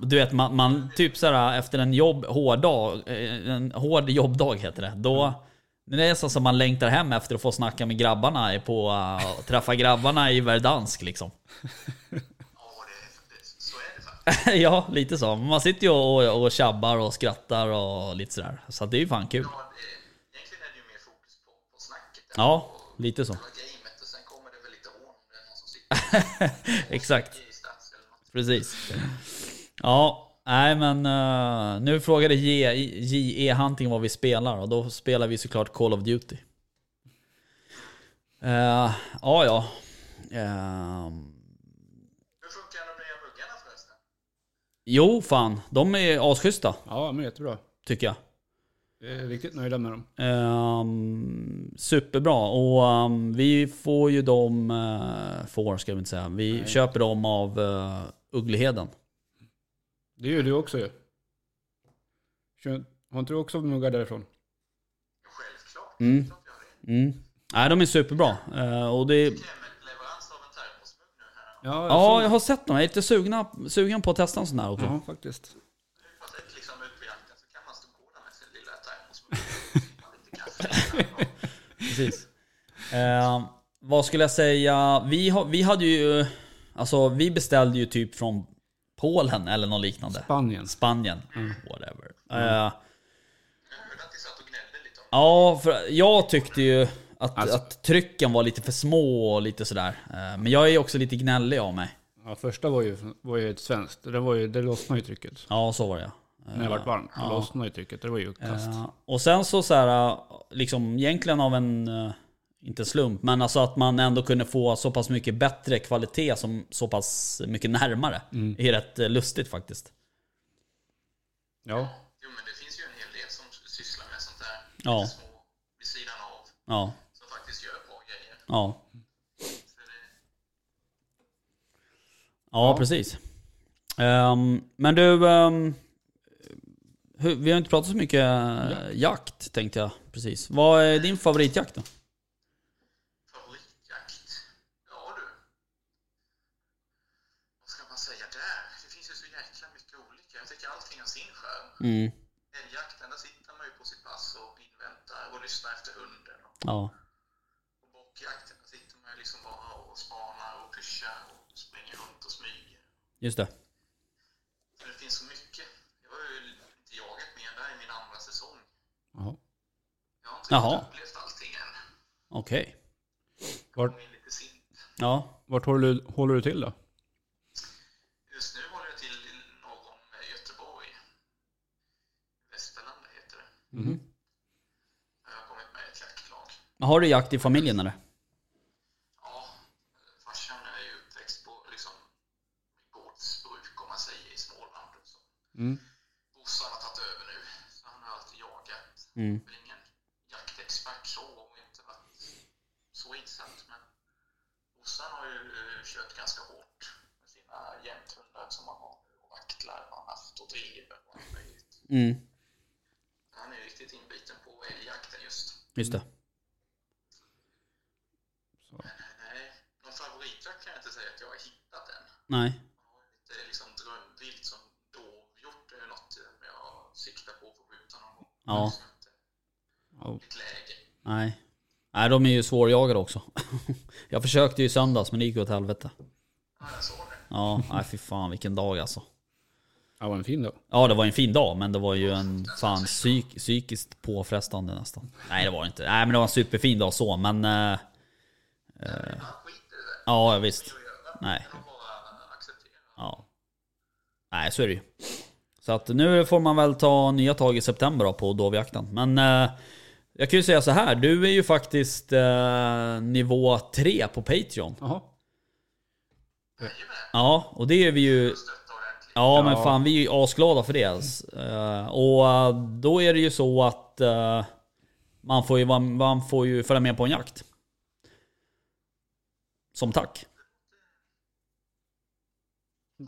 [SPEAKER 1] du vet, man, man typ så här efter en jobb, hård dag, eh, en hård jobbdag heter det. Då, Det är nästan som man längtar hem efter att få snacka med grabbarna på, eh, och träffa grabbarna i Verdansk liksom.
[SPEAKER 4] Ja, det, det, så är det faktiskt.
[SPEAKER 1] ja, lite så. Man sitter ju och, och tjabbar och skrattar och lite sådär. Så att det är ju fan kul.
[SPEAKER 4] Ja, det, egentligen är det ju mer fokus på, på snacket än
[SPEAKER 1] Ja, lite så.
[SPEAKER 4] på gamet och sen kommer det väl lite hån om det är någon som sitter
[SPEAKER 1] Exakt.
[SPEAKER 4] i stads eller något.
[SPEAKER 1] Precis. Ja, nej men eh, nu frågade J- JE Hunting vad vi spelar och då spelar vi såklart Call of Duty. Uh, ja, ja. Ehm,
[SPEAKER 4] Hur funkar de nya muggarna förresten?
[SPEAKER 1] jo, fan. De är asschyssta,
[SPEAKER 2] Ja, men jättebra.
[SPEAKER 1] tycker jag.
[SPEAKER 2] Jag är riktigt nöjda med dem.
[SPEAKER 1] Ehm, superbra. Och ehm, vi får ju dem... eh, får ska vi inte säga. Vi köper dem av eh, Uggleheden.
[SPEAKER 2] Det gör du också ju. Kör- Har inte du också muggar därifrån?
[SPEAKER 4] Självklart.
[SPEAKER 1] Mm.
[SPEAKER 4] Klart jag vet.
[SPEAKER 1] Mm. Nej, de är superbra. Eh, och det,
[SPEAKER 4] Hemleverans av en termosmugg nu här.
[SPEAKER 2] Ja,
[SPEAKER 1] Ja,
[SPEAKER 2] såg-
[SPEAKER 1] jag har sett dem. Jag är lite sugna, sugen på att testa en sån här också.
[SPEAKER 2] ja faktiskt.
[SPEAKER 4] Nu på sätt liksom ut vid jakten så kan man stå och med sin lilla termosmugg och simma lite kaffe.
[SPEAKER 1] Precis. Eh, vad skulle jag säga? Vi, har, vi hade ju... Alltså vi beställde ju typ från Polen eller något liknande.
[SPEAKER 2] Spanien. Mm.
[SPEAKER 1] Spanien. Whatever. Eh,
[SPEAKER 4] Jag hörde att ni satt och gnällde lite om
[SPEAKER 1] ja, för jag tyckte ju att,
[SPEAKER 2] Alltså-
[SPEAKER 1] att trycken var lite för små och lite sådär. Eh, men jag är ju också lite gnällig av mig.
[SPEAKER 2] Ja, första var ju, var ju ett svenskt. Det, var ju, det lossnade ju trycket.
[SPEAKER 1] Ja, så var det ja.
[SPEAKER 2] När det vart varmt. Det lossnade ju trycket. Det var ju kast.
[SPEAKER 1] Eh, och sen så så här, eh, liksom egentligen av en, eh, inte slump, men alltså att man ändå kunde få så pass mycket bättre kvalitet som så pass mycket närmare. Det är rätt eh, lustigt faktiskt.
[SPEAKER 2] Ja.
[SPEAKER 4] Jo, men det finns ju en hel del som sysslar med sånt där.
[SPEAKER 1] Ja.
[SPEAKER 4] Lite små vid sidan av.
[SPEAKER 1] Ja,
[SPEAKER 4] Som faktiskt gör bra grejer.
[SPEAKER 1] ja.
[SPEAKER 4] Så det,
[SPEAKER 1] Ja, precis. Ehm, men du, ehm, hur, vi har inte pratat så mycket eh, jakt tänkte jag precis. Vad är din favoritjakt då?
[SPEAKER 4] favoritjakt. Ja du. Vad ska man säga där? Det finns ju så jäkla mycket olika. Jag tycker allting har sin skärm.
[SPEAKER 1] Mm.
[SPEAKER 4] Älgjakten, där sitter man ju på sitt pass och inväntar och lyssnar efter hunden.
[SPEAKER 1] Ja,
[SPEAKER 4] Och bockjakten, där sitter man ju liksom bara och spanar och pyschar och springer runt och smyger.
[SPEAKER 1] just det.
[SPEAKER 4] Så det finns så mycket. Jag har ju inte jagat mer där i min andra säsong.
[SPEAKER 2] Jaha.
[SPEAKER 4] Jag har inte
[SPEAKER 1] Jaha.
[SPEAKER 4] riktigt upplevt allting än.
[SPEAKER 1] Okej.
[SPEAKER 2] Vart,
[SPEAKER 4] Kom in lite sent.
[SPEAKER 1] Ja,
[SPEAKER 2] vart håller, du, håller du till då?
[SPEAKER 4] Just nu håller jag till i norr om eh, Göteborg. Västerlanda heter det. Jag har kommit med i ett jaktlag.
[SPEAKER 1] har du jakt i familjen eller?
[SPEAKER 4] Ja, eh, farsan är ju uppväxt på liksom, gårdsbruk om man säger i Småland. Och så.
[SPEAKER 2] Mm.
[SPEAKER 4] Brorsan har tagit över nu, så han har alltid jagat.
[SPEAKER 1] Mm.
[SPEAKER 4] Jag är ingen jaktexpert så och inte varit så insatt. Men brorsan har ju eh, kört ganska hårt med sina jämthundar som han har nu och vaktlar och han har haft och driver och allt möjligt.
[SPEAKER 1] Mm.
[SPEAKER 4] Han är ju riktigt inbiten på älgjakten just.
[SPEAKER 1] Just det.
[SPEAKER 2] Så.
[SPEAKER 4] Nej, någon favoritjakt kan jag inte säga att jag har hittat än.
[SPEAKER 1] Nej.
[SPEAKER 4] Det är liksom drömvilt som dovhjort är något som jag siktar på att få skjuta någon gång.
[SPEAKER 1] Ja.
[SPEAKER 4] Liksom inte
[SPEAKER 2] Ja.
[SPEAKER 4] Mitt läge.
[SPEAKER 1] Nej. Nej, de är ju svårjagade också. jag försökte ju i söndags men det gick åt helvete.
[SPEAKER 4] Ja, jag såg det.
[SPEAKER 1] Ja, nej fy fan vilken dag alltså.
[SPEAKER 2] Ja, var en fin då.
[SPEAKER 1] Ja, det var en fin dag men det var ju en fan psyk, psykiskt påfrestande nästan. Nej, det var det inte. Nej, men det var en superfin dag så men... eh,
[SPEAKER 4] Han skiter i det.
[SPEAKER 1] ja, visst.
[SPEAKER 4] att göra.
[SPEAKER 1] Nej.
[SPEAKER 4] Han bara accepterar.
[SPEAKER 1] Ja. Nej, så är det ju. Så att nu får man väl ta nya tag i september då på dovjakten. Men eh, jag kan ju säga så här, du är ju faktiskt eh, nivå 3 på Patreon.
[SPEAKER 2] Jaha.
[SPEAKER 1] Ja, och det är vi ju...
[SPEAKER 4] Stötta ordentligt.
[SPEAKER 1] Ja, men
[SPEAKER 2] Ja.
[SPEAKER 1] fan vi är ju asglada för det. Eh, och eh, då är det ju så att eh, man, får ju, vara- man får ju följa med på en jakt. Som tack.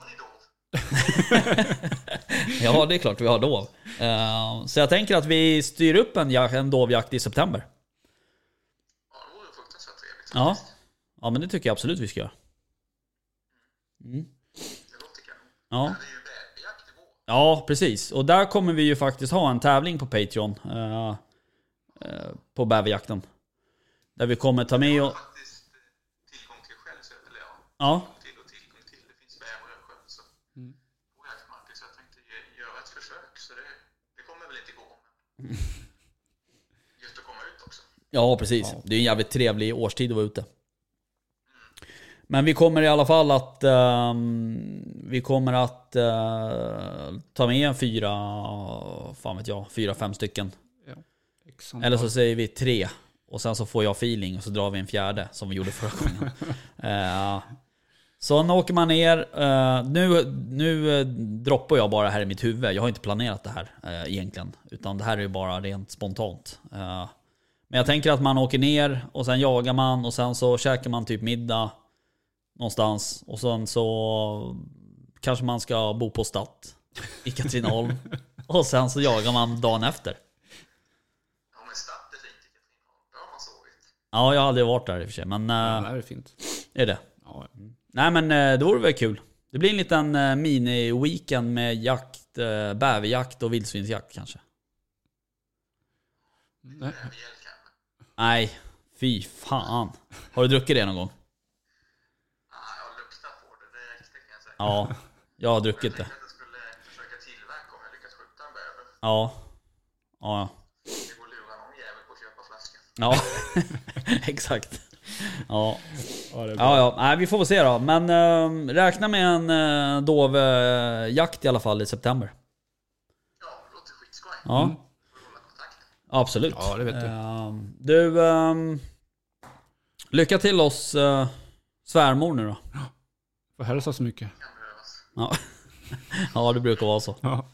[SPEAKER 4] Har ni dov?
[SPEAKER 1] Ja, det är klart vi har dov. Eh, så jag tänker att vi styr upp en, jak- en dovjakt i september.
[SPEAKER 4] Ja, det vore fruktansvärt trevligt.
[SPEAKER 1] Ja. ja, men det tycker jag absolut vi ska göra.
[SPEAKER 4] Det låter kanon.
[SPEAKER 1] Ja.
[SPEAKER 4] Men Det är ju bäverjakt i vår.
[SPEAKER 1] ja, precis. Och där kommer vi ju faktiskt ha en tävling på Patreon. Eh, eh, på bäverjakten. Där vi kommer ta med
[SPEAKER 8] Jag har
[SPEAKER 1] och...
[SPEAKER 8] faktiskt eh, tillgång till själv, så, eller ja,
[SPEAKER 1] Ja,
[SPEAKER 8] till och tillgång till. Det finns bäver översjön så
[SPEAKER 1] Mm.
[SPEAKER 8] på jaktmarker, så jag tänkte ge- göra ett försök. Så det, det kommer väl inte gå, men just att komma ut också.
[SPEAKER 1] ja precis. Det är en jävligt trevlig årstid att vara ute. Men vi kommer i alla fall att... ehm, vi kommer att eh, ta med fyra... Fan vet jag. Fyra, fem stycken.
[SPEAKER 2] Exakt.
[SPEAKER 1] Eller så säger vi tre. Och sen så får jag feeling och så drar vi en fjärde som vi gjorde förra gången. Eh, så nu åker man ner. eh, nu nu eh, droppar jag bara här i mitt huvud. Jag har inte planerat det här eh, egentligen. Utan det här är ju bara rent spontant. Eh, men jag tänker att man åker ner och sen jagar man och sen så käkar man typ middag någonstans. Och sen så kanske man ska bo på Statt i Katrineholm. och sen så jagar man dagen efter.
[SPEAKER 8] Ja, men stapp är fint i Katrineholm. Där har man sovit.
[SPEAKER 1] Ja, jag har aldrig varit där i och för sig, men
[SPEAKER 2] Ja, det
[SPEAKER 1] eh,
[SPEAKER 2] här är fint. Mm.
[SPEAKER 1] är det.
[SPEAKER 2] Ja, ja.
[SPEAKER 1] Nej men eh, det vore väl kul. Det blir en liten eh, mini-weekend med jakt, eh, bäverjakt och vildsvinsjakt kanske.
[SPEAKER 2] Nej.
[SPEAKER 8] Rejäl kamp.
[SPEAKER 1] Nej, fy fan. Har du druckit det någon gång?
[SPEAKER 8] Ah, jag luktar på det direkt, det kan jag säga.
[SPEAKER 1] Ja, jag har
[SPEAKER 8] Jag
[SPEAKER 1] druckit det.
[SPEAKER 8] tänkte att jag skulle försöka tillverka om jag lyckas skjuta en bäver.
[SPEAKER 1] Ja. Ja,
[SPEAKER 8] Det går att lura någon jävel på att köpa flaskan.
[SPEAKER 1] ja. exakt. Ja,
[SPEAKER 2] Ja, det är bra.
[SPEAKER 1] ja, ja. Nej, vi får väl se då. Men eh, räkna med en eh, dov eh, jakt i alla fall i september.
[SPEAKER 8] Ja, det låter skitskoj.
[SPEAKER 1] Ja.
[SPEAKER 8] Får hålla kontakten.
[SPEAKER 1] Absolut.
[SPEAKER 2] Mm. Ja, det vet du.
[SPEAKER 1] Ehm, du, ehm, lycka till oss eh, svärmor nu då.
[SPEAKER 2] Får hälsa så mycket.
[SPEAKER 8] kan behövas.
[SPEAKER 1] Ja, ja det brukar vara så.
[SPEAKER 2] Ja.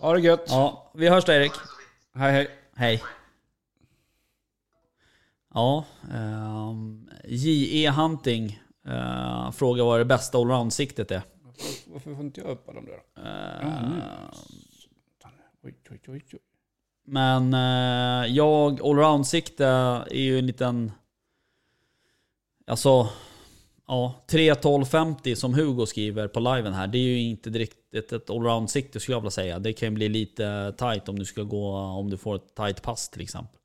[SPEAKER 2] Ha det gött.
[SPEAKER 1] Ja, vi hörs då Erik.
[SPEAKER 8] Ha det så fint.
[SPEAKER 2] Hej hej.
[SPEAKER 1] Hej. Ja, ehm, JE Hunting eh, frågar vad det bästa allround-siktet är.
[SPEAKER 2] Varför får inte jag upp alla de där? Oj, oj, oj, oj.
[SPEAKER 1] Men eh, jag, allround-sikte är ju en liten... Alltså, ja, 3.12.50 som Hugo skriver på liven här. Det är ju inte riktigt ett allround-sikte skulle jag vilja säga. Det kan ju bli lite tight om du ska gå, om du får ett tight pass till exempel.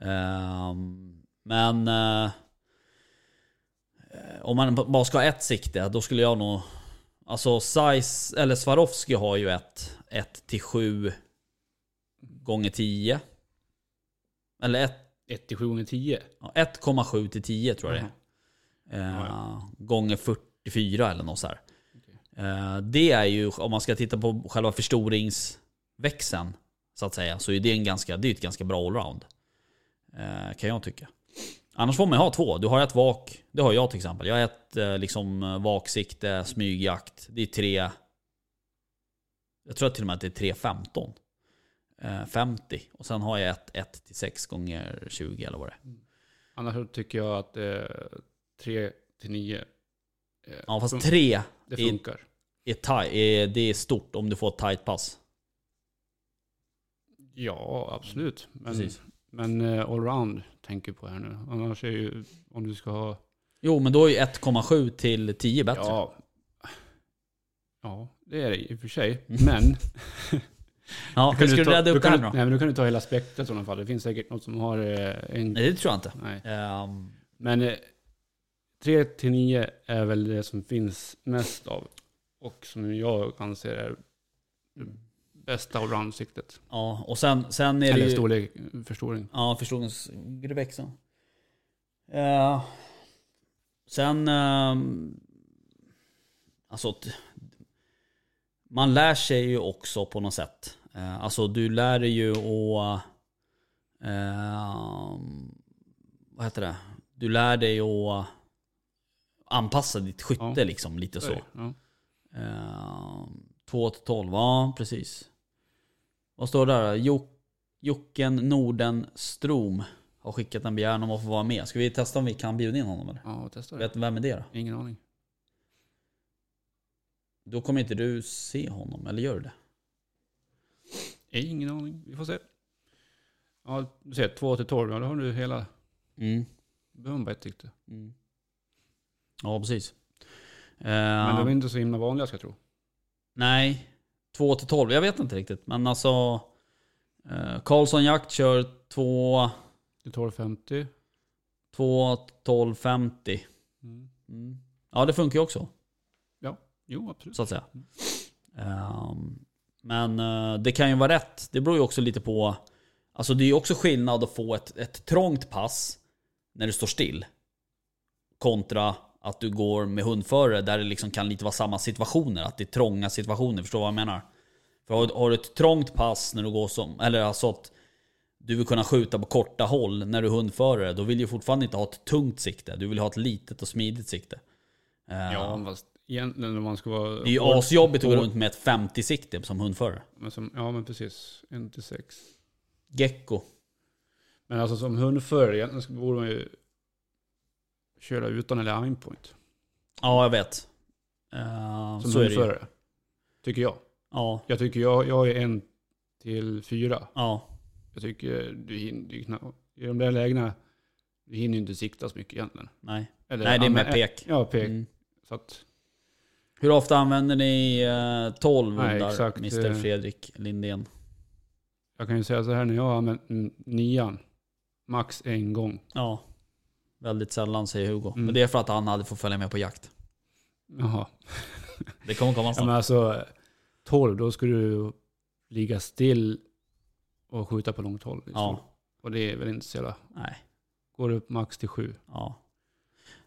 [SPEAKER 1] Ehm, men eh, om man bara ska ha ett sikte, då skulle jag nog... Alltså size, eller Swarovski har ju ett 1 till 7 gånger 10. Eller ett-
[SPEAKER 2] 1 till 7 gånger 10.
[SPEAKER 1] ja, 1,7 till 10 tror jag det är.
[SPEAKER 2] Jaha.
[SPEAKER 1] Eh,
[SPEAKER 2] Ja,
[SPEAKER 1] Gånger 44 eller något så här. Eh, det är ju, om man ska titta på själva förstoringsväxeln så att säga, så är det, en ganska, det är ett ganska bra allround. Eh, kan jag tycka. Annars får man ju ha två. Du har ett vak, det har jag till exempel. Jag har ett eh, liksom, eh, vaksikte, smygjakt. Det är tre... Jag tror till och med att det är 3.15. Eh, 50. Och sen har jag ett 1 till 6 gånger 20 eller vad det är.
[SPEAKER 2] Annars så tycker jag att eh, 3 till 9,
[SPEAKER 1] Ja fast
[SPEAKER 2] Fun-
[SPEAKER 1] tre
[SPEAKER 2] det
[SPEAKER 1] i-
[SPEAKER 2] funkar.
[SPEAKER 1] är, taj- är, det är stort om du får ett tight pass.
[SPEAKER 2] Ja, absolut. Men,
[SPEAKER 1] Precis.
[SPEAKER 2] men eh, allround tänker jag på här nu. Annars är ju, om du ska ha...
[SPEAKER 1] Jo men då är ju 1,7 till 10 bättre. Ja.
[SPEAKER 2] Ja, ja, det är det i och för sig. Men...
[SPEAKER 1] hur ska du
[SPEAKER 2] ta-
[SPEAKER 1] rädda
[SPEAKER 2] då
[SPEAKER 1] upp det
[SPEAKER 2] kan
[SPEAKER 1] här
[SPEAKER 2] du,
[SPEAKER 1] då?
[SPEAKER 2] Nej, men du kan du ta hela spektrat i sådana fall. Det finns säkert något som har eh, en...
[SPEAKER 1] Nej det tror jag inte.
[SPEAKER 2] Nej.
[SPEAKER 1] Ehm,
[SPEAKER 2] Men 3 till 9 är väl det som finns mest av. Och som jag anser är det bästa allround-siktet.
[SPEAKER 1] ja och sen, sen är det
[SPEAKER 2] Eller
[SPEAKER 1] ju...
[SPEAKER 2] storlek, förstoring.
[SPEAKER 1] Ja, förstoringsväxeln. Uh, sen... ehm, alltså... t- Man lär sig ju också på något sätt. Eh, alltså du lär dig ju att... ehm, vad heter det? Du lär dig att anpassa ditt skytte
[SPEAKER 2] Ja.
[SPEAKER 1] liksom lite så.
[SPEAKER 2] Ja.
[SPEAKER 1] Uh, 2 till 12, ja precis. Vad står det där? Jok, Jocken Nordenstrom har skickat en begäran om att få vara med. Ska vi testa om vi kan bjuda in honom eller?
[SPEAKER 2] ja, testa det.
[SPEAKER 1] Vet vem är det då?
[SPEAKER 2] Ingen aning.
[SPEAKER 1] Då kommer inte du se honom, eller gör du det?
[SPEAKER 2] Ingen aning. Vi får se. Ja, du ser, 2 till 12. Ja, då har du hela...
[SPEAKER 1] Mm.
[SPEAKER 2] behöver man bara ett tyckte.
[SPEAKER 1] mm. Ja, precis. Eh,
[SPEAKER 2] Men de är inte så himla vanliga ska jag tro.
[SPEAKER 1] Nej, 2 till 12, jag vet inte riktigt. Men alltså, Eh, Karlsson Jakt kör 2,
[SPEAKER 2] Det är 1250.
[SPEAKER 1] 2 12, 50.
[SPEAKER 2] Mm.
[SPEAKER 1] Mm. Ja det funkar ju också
[SPEAKER 2] Ja, jo absolut.
[SPEAKER 1] så att säga. Ehm, men eh, det kan ju vara rätt. Det beror ju också lite på. Alltså det är ju också skillnad att få ett, ett trångt pass när du står still. Kontra att du går med hundförare där det liksom kan lite vara samma situationer. Att det är trånga situationer. Förstår du vad jag menar? För har, har du ett trångt pass när du går som, eller alltså att du vill kunna skjuta på korta håll när du är hundförare. Då vill du fortfarande inte ha ett tungt sikte. Du vill ha ett litet och smidigt sikte. Ehm,
[SPEAKER 2] Ja, fast egentligen om man ska vara...
[SPEAKER 1] det är ju asjobbigt att gå runt med ett 50-sikte som hundförare.
[SPEAKER 2] Men som, ja, men precis. En till sex.
[SPEAKER 1] Gecko.
[SPEAKER 2] Men alltså som hundförare, egentligen så borde man ju köra utan eller aimpoint.
[SPEAKER 1] Ja, jag vet. Eh,
[SPEAKER 2] Som
[SPEAKER 1] så är det ju.
[SPEAKER 2] hundförare. Tycker jag.
[SPEAKER 1] Ja,
[SPEAKER 2] Jag tycker jag, jag är en till fyra.
[SPEAKER 1] ja.
[SPEAKER 2] Jag tycker du hinner du knappt, i de där lägena, du hinner ju inte sikta så mycket egentligen.
[SPEAKER 1] Nej.
[SPEAKER 2] Eller,
[SPEAKER 1] Nej, det är med
[SPEAKER 2] anvä-
[SPEAKER 1] pek.
[SPEAKER 2] Ja, pek.
[SPEAKER 1] Mm.
[SPEAKER 2] Så att,
[SPEAKER 1] Hur ofta använder ni eh, 12
[SPEAKER 2] Nej,
[SPEAKER 1] hundar,
[SPEAKER 2] exakt,
[SPEAKER 1] Mr
[SPEAKER 2] eh.
[SPEAKER 1] Fredrik Lindén?
[SPEAKER 2] jag kan ju säga så här, när jag har använt n- nian, max en gång.
[SPEAKER 1] Ja. Väldigt sällan, säger Hugo.
[SPEAKER 2] Mm.
[SPEAKER 1] Men det är för att han hade fått följa med på jakt.
[SPEAKER 2] Jaha.
[SPEAKER 1] Det kommer komma
[SPEAKER 2] Ja,
[SPEAKER 1] snart.
[SPEAKER 2] men alltså, 12, då ska du ligga still och skjuta på långt håll. Liksom.
[SPEAKER 1] Ja.
[SPEAKER 2] Och det är väl inte så jävla...
[SPEAKER 1] Nej.
[SPEAKER 2] Går upp max till 7.
[SPEAKER 1] Ja.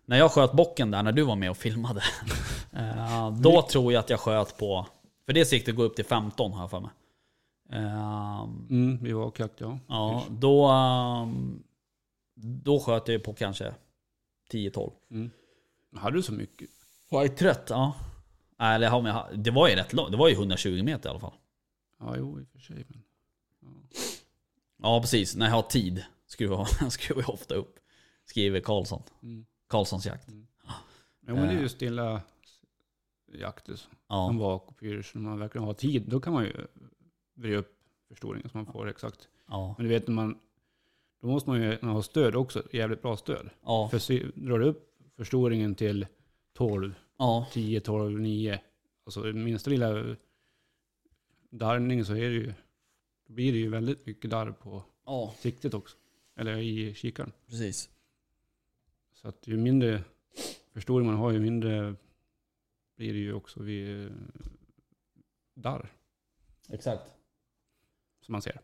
[SPEAKER 1] När jag sköt bocken där, när du var med och filmade. eh, då tror jag att jag sköt på... För det siktet går upp till 15 har jag för mig. Eh,
[SPEAKER 2] Mm, vi var och jakt, ja.
[SPEAKER 1] Ja, då, ehm, då sköt jag ju på kanske 10-12.
[SPEAKER 2] Hade du så mycket?
[SPEAKER 1] Var jag trött? Ja. Nej, Eller, om jag- det var ju rätt långt. Det var ju 120 meter i alla fall.
[SPEAKER 2] Ja, jo i och för sig. Men...
[SPEAKER 1] Ja, precis. När jag har tid skruvar jag, skruvar jag ofta upp. Skriver Karlsson.
[SPEAKER 2] Mm.
[SPEAKER 1] Karlssons jakt.
[SPEAKER 2] Jo, men det är
[SPEAKER 1] Eh.
[SPEAKER 2] ju stilla jakt. Alltså.
[SPEAKER 1] Ja.
[SPEAKER 2] En vak och pyr, så när man verkligen har tid, då kan man ju vrida upp förstoringen så man får exakt.
[SPEAKER 1] Ja.
[SPEAKER 2] Men du vet, när man, då måste man ju ha stöd också, jävligt bra stöd.
[SPEAKER 1] Ja.
[SPEAKER 2] För se- drar du upp förstoringen till 12,
[SPEAKER 1] ja.
[SPEAKER 2] 10, 12, 9. Alltså minsta lilla darrning så är det ju, då blir det ju väldigt mycket darr på
[SPEAKER 1] Ja,
[SPEAKER 2] siktet också. Eller i kikaren.
[SPEAKER 1] precis.
[SPEAKER 2] Så att ju mindre förstoring man har, ju mindre blir det ju också vid eh, darr
[SPEAKER 1] Exakt.
[SPEAKER 2] som man ser.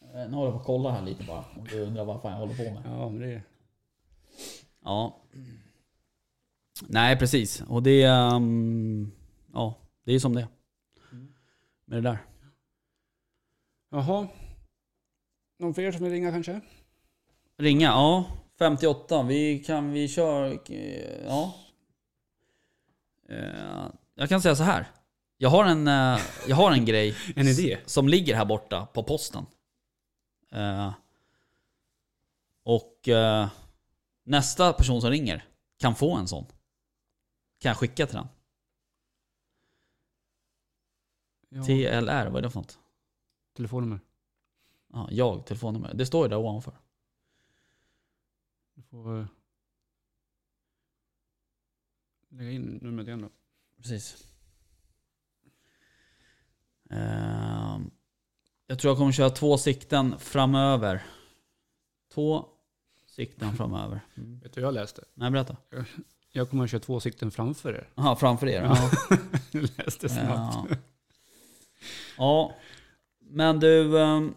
[SPEAKER 1] Eh, Nu håller jag på att kolla här lite bara. Om du undrar vad fan jag håller på med.
[SPEAKER 2] Ja, men det
[SPEAKER 1] Ja. Nej, precis. Och det... ehm, ja, det är som det är. Mm. Med det där.
[SPEAKER 2] Jaha. Någon fler som vill ringa kanske?
[SPEAKER 1] Ringa? Ja. 58. Vi kan... Vi kör... Ja. Eh, Jag kan säga så här. Jag har en, eh, jag har en grej
[SPEAKER 2] En idé?
[SPEAKER 1] som ligger här borta på posten. Eh, Och eh, nästa person som ringer kan få en sån. Kan jag skicka till den?
[SPEAKER 2] Ja,
[SPEAKER 1] TLR, vad är det för något?
[SPEAKER 2] telefonnummer.
[SPEAKER 1] Ja, jag, telefonnummer. Det står ju där ovanför.
[SPEAKER 2] Du får eh, lägga in numret igen då.
[SPEAKER 1] Precis. Ehm, jag tror jag kommer köra två sikten framöver. Två sikten framöver. Mm.
[SPEAKER 2] Vet du vad jag läste?
[SPEAKER 1] Nej, berätta.
[SPEAKER 2] Jag kommer att köra två sikten framför er.
[SPEAKER 1] Jaha, framför er. Ja.
[SPEAKER 2] jag läste snabbt.
[SPEAKER 1] Ja. ja. Men du... ehm,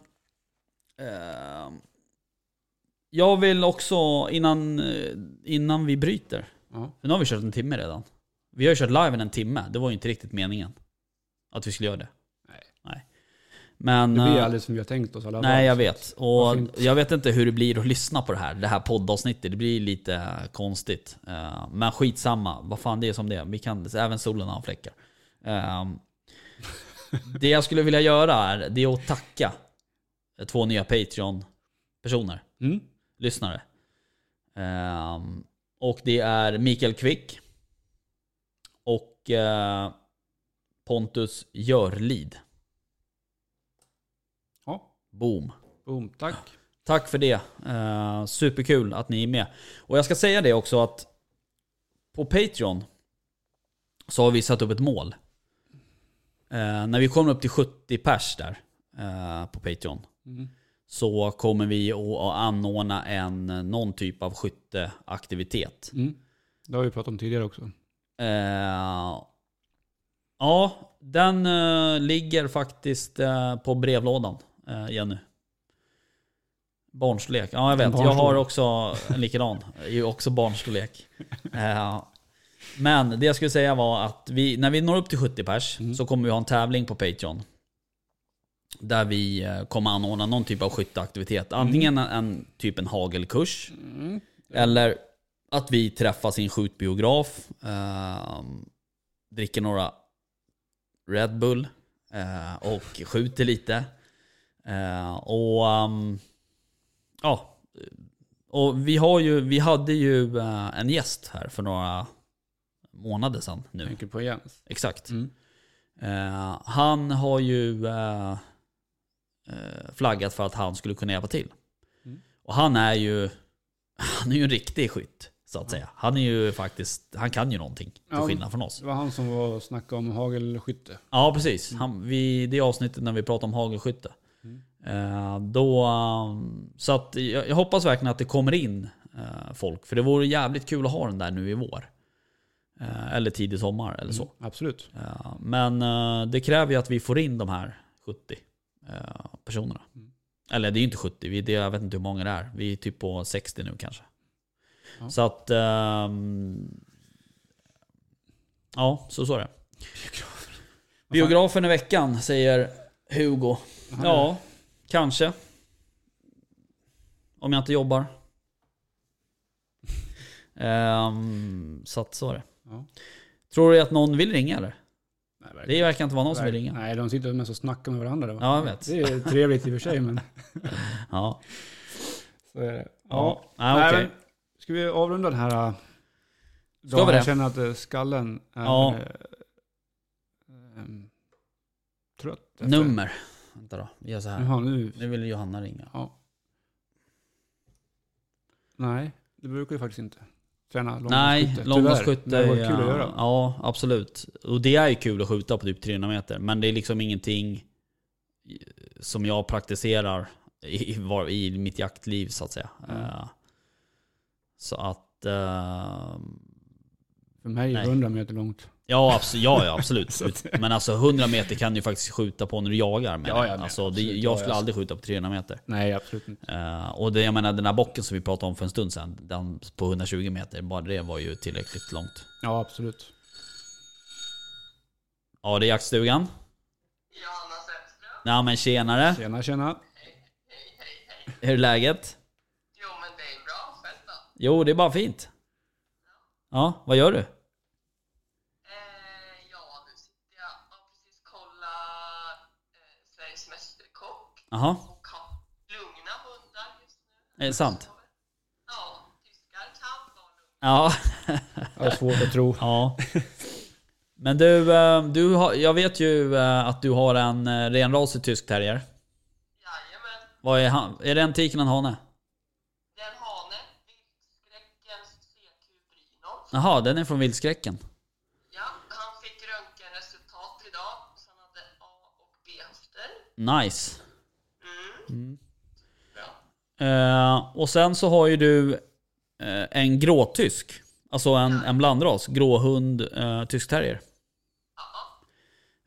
[SPEAKER 1] ehm, jag vill också, innan, eh, innan vi bryter.
[SPEAKER 2] Ja.
[SPEAKER 1] För nu har vi kört en timme redan. Vi har ju kört live en timme. Det var ju inte riktigt meningen. Att vi skulle göra det.
[SPEAKER 2] Nej.
[SPEAKER 1] Men...
[SPEAKER 2] Det blir
[SPEAKER 1] eh,
[SPEAKER 2] aldrig som vi har tänkt oss alla
[SPEAKER 1] Nej
[SPEAKER 2] fall.
[SPEAKER 1] jag vet. Och
[SPEAKER 2] Varför inte?
[SPEAKER 1] jag vet inte hur det blir att lyssna på det här. Det här poddavsnittet. Det blir lite konstigt. Eh, Men skitsamma. Vad fan det är som det är. Vi kan, även solen har fläckar. Eh, Det jag skulle vilja göra är, det är att tacka eh, två nya Patreon-personer.
[SPEAKER 2] Mm.
[SPEAKER 1] Lyssnare. Eh, Och det är Mikael Kvick. Och eh, Pontus Görlid.
[SPEAKER 2] Ja,
[SPEAKER 1] Boom.
[SPEAKER 2] boom, tack.
[SPEAKER 1] Tack för det. Eh, superkul att ni är med. Och jag ska säga det också att på Patreon så har vi satt upp ett mål. Eh, när vi kommer upp till 70 pers där eh, på Patreon
[SPEAKER 2] Mm.
[SPEAKER 1] så kommer vi att anordna en, någon typ av skytteaktivitet.
[SPEAKER 2] Mm. Det har vi pratat om tidigare också.
[SPEAKER 1] Eh, ja, den eh, ligger faktiskt eh, på brevlådan, eh, Jenny. Barnstorlek. Ja, jag vet. Jag har
[SPEAKER 2] Barnstorlek.
[SPEAKER 1] också en likadan. Det är ju också barnstorlek. Eh, men det jag skulle säga var att vi, när vi når upp till 70 pers så kommer vi ha en tävling på Patreon. Där vi eh, kommer anordna någon typ av skytteaktivitet. Antingen en, en typ en hagelkurs. Eller att vi träffas i en skjutbiograf. ehm, dricker några Red Bull. eh, och skjuter lite. Eh, och ehm, ja. Och vi, har ju, vi hade ju eh, en gäst här för några månader sedan nu.
[SPEAKER 2] Tänker på Jens.
[SPEAKER 1] Exakt.
[SPEAKER 2] Mm.
[SPEAKER 1] Eh, han har ju eh, eh, flaggat för att han skulle kunna hjälpa till.
[SPEAKER 2] Mm.
[SPEAKER 1] Och han är ju han är ju en riktig skytt. Så att säga. Han är ju faktiskt, han kan ju någonting. Till
[SPEAKER 2] Ja. Mm.
[SPEAKER 1] skillnad från oss.
[SPEAKER 2] Det var han som var och snackade om hagelskytte.
[SPEAKER 1] Ja precis. Han, vi, det avsnittet när vi pratade om hagelskytte.
[SPEAKER 2] Mm.
[SPEAKER 1] Eh, då, um, så att jag, jag hoppas verkligen att det kommer in eh, folk. För det vore jävligt kul att ha den där nu i vår. Eh, eller tidig sommar eller så.
[SPEAKER 2] Absolut.
[SPEAKER 1] Ja, men eh, det kräver ju att vi får in de här 70 eh, personerna. Eller det är ju inte 70, vi, det, jag vet inte hur många det är. Vi är typ på 60 nu kanske. Så att... ehm, ja, så så är det. Biografen i veckan säger Hugo. Ja, kanske. Om jag inte jobbar. Ehm, så att så är det.
[SPEAKER 2] Ja.
[SPEAKER 1] Tror du att någon vill ringa eller?
[SPEAKER 2] Nej, verkligen.
[SPEAKER 1] Det verkar inte vara någon som vill
[SPEAKER 2] Nej,
[SPEAKER 1] ringa.
[SPEAKER 2] Nej, de sitter mest och snackar med varandra. där, va?
[SPEAKER 1] Ja, jag vet.
[SPEAKER 2] Det är trevligt i och för sig, men
[SPEAKER 1] Ja.
[SPEAKER 2] så är det.
[SPEAKER 1] Ja. Nej, okej.
[SPEAKER 2] men ska vi avrunda den här? eh,
[SPEAKER 1] Ska
[SPEAKER 2] dagen?
[SPEAKER 1] vi det?
[SPEAKER 2] Jag känner att eh, skallen är
[SPEAKER 1] Ja.
[SPEAKER 2] eh, ehm, trött. efter-
[SPEAKER 1] Nummer. Vänta då, vi gör så här.
[SPEAKER 2] Jaha, nu.
[SPEAKER 1] Nu vill Johanna ringa.
[SPEAKER 2] Nej, det brukar ju faktiskt inte. Träna långloppsskytte.
[SPEAKER 1] Nej,
[SPEAKER 2] tyvärr.
[SPEAKER 1] långloppsskytte.
[SPEAKER 2] Det hade varit
[SPEAKER 1] ja,
[SPEAKER 2] kul att göra.
[SPEAKER 1] Ja, absolut. Och det är ju kul att skjuta på typ 300 meter. Men det är liksom ingenting som jag praktiserar i, i var- i mitt jaktliv så att säga.
[SPEAKER 2] Mm.
[SPEAKER 1] Eh, Så att... eh,
[SPEAKER 2] För mig är
[SPEAKER 1] Nej.
[SPEAKER 2] 100 meter långt.
[SPEAKER 1] Ja, absolut. Ja, ja, absolut. Ut- Men alltså 100 meter kan du faktiskt skjuta på när du jagar. Men
[SPEAKER 2] Ja, ja, men
[SPEAKER 1] alltså, det,
[SPEAKER 2] absolut. Ja,
[SPEAKER 1] jag skulle
[SPEAKER 2] ja.
[SPEAKER 1] aldrig skjuta på 300 meter.
[SPEAKER 2] Nej, absolut inte.
[SPEAKER 1] Eh, och det, jag menar den här bocken som vi pratade om för en stund sedan, den på 120 meter, bara det var ju tillräckligt långt.
[SPEAKER 2] Ja, absolut.
[SPEAKER 1] Ja det är jaktstugan.
[SPEAKER 7] Johanna Sätström?
[SPEAKER 1] Nej men tjenare,
[SPEAKER 2] Tjena, tjena.
[SPEAKER 7] Hej, hej, hej.
[SPEAKER 1] hur är läget?
[SPEAKER 7] Jo, men det är bra. Själv då?
[SPEAKER 1] Jo det är bara fint. Ja, vad gör du?
[SPEAKER 7] Eh, ja, nu sitter jag och precis kolla eh, Sveriges Mästerkock
[SPEAKER 1] Jaha,
[SPEAKER 7] och har lugna hundar just nu.
[SPEAKER 1] är det sant?
[SPEAKER 7] Ja, tyskar kan vara lugna.
[SPEAKER 1] Ja.
[SPEAKER 2] Jag har svårt att tro.
[SPEAKER 1] ja. Men du, eh, du har, jag vet ju eh, att du har en eh, renrasig tysk terrier.
[SPEAKER 7] Jajamän.
[SPEAKER 1] Vad är han? Är det en tik eller en hane?
[SPEAKER 7] Det är en hane, viltskräckens CQ Brynolf.
[SPEAKER 1] Jaha, den är från viltskräcken.
[SPEAKER 7] Ja, han fick röntgenresultat idag, så han hade A och B-höfter.
[SPEAKER 1] Nice.
[SPEAKER 7] Mm.
[SPEAKER 1] Eh, och sen så har ju du eh, en gråtysk. Alltså en, en blandras. Gråhund, eh, tysk terrier.
[SPEAKER 7] Ja,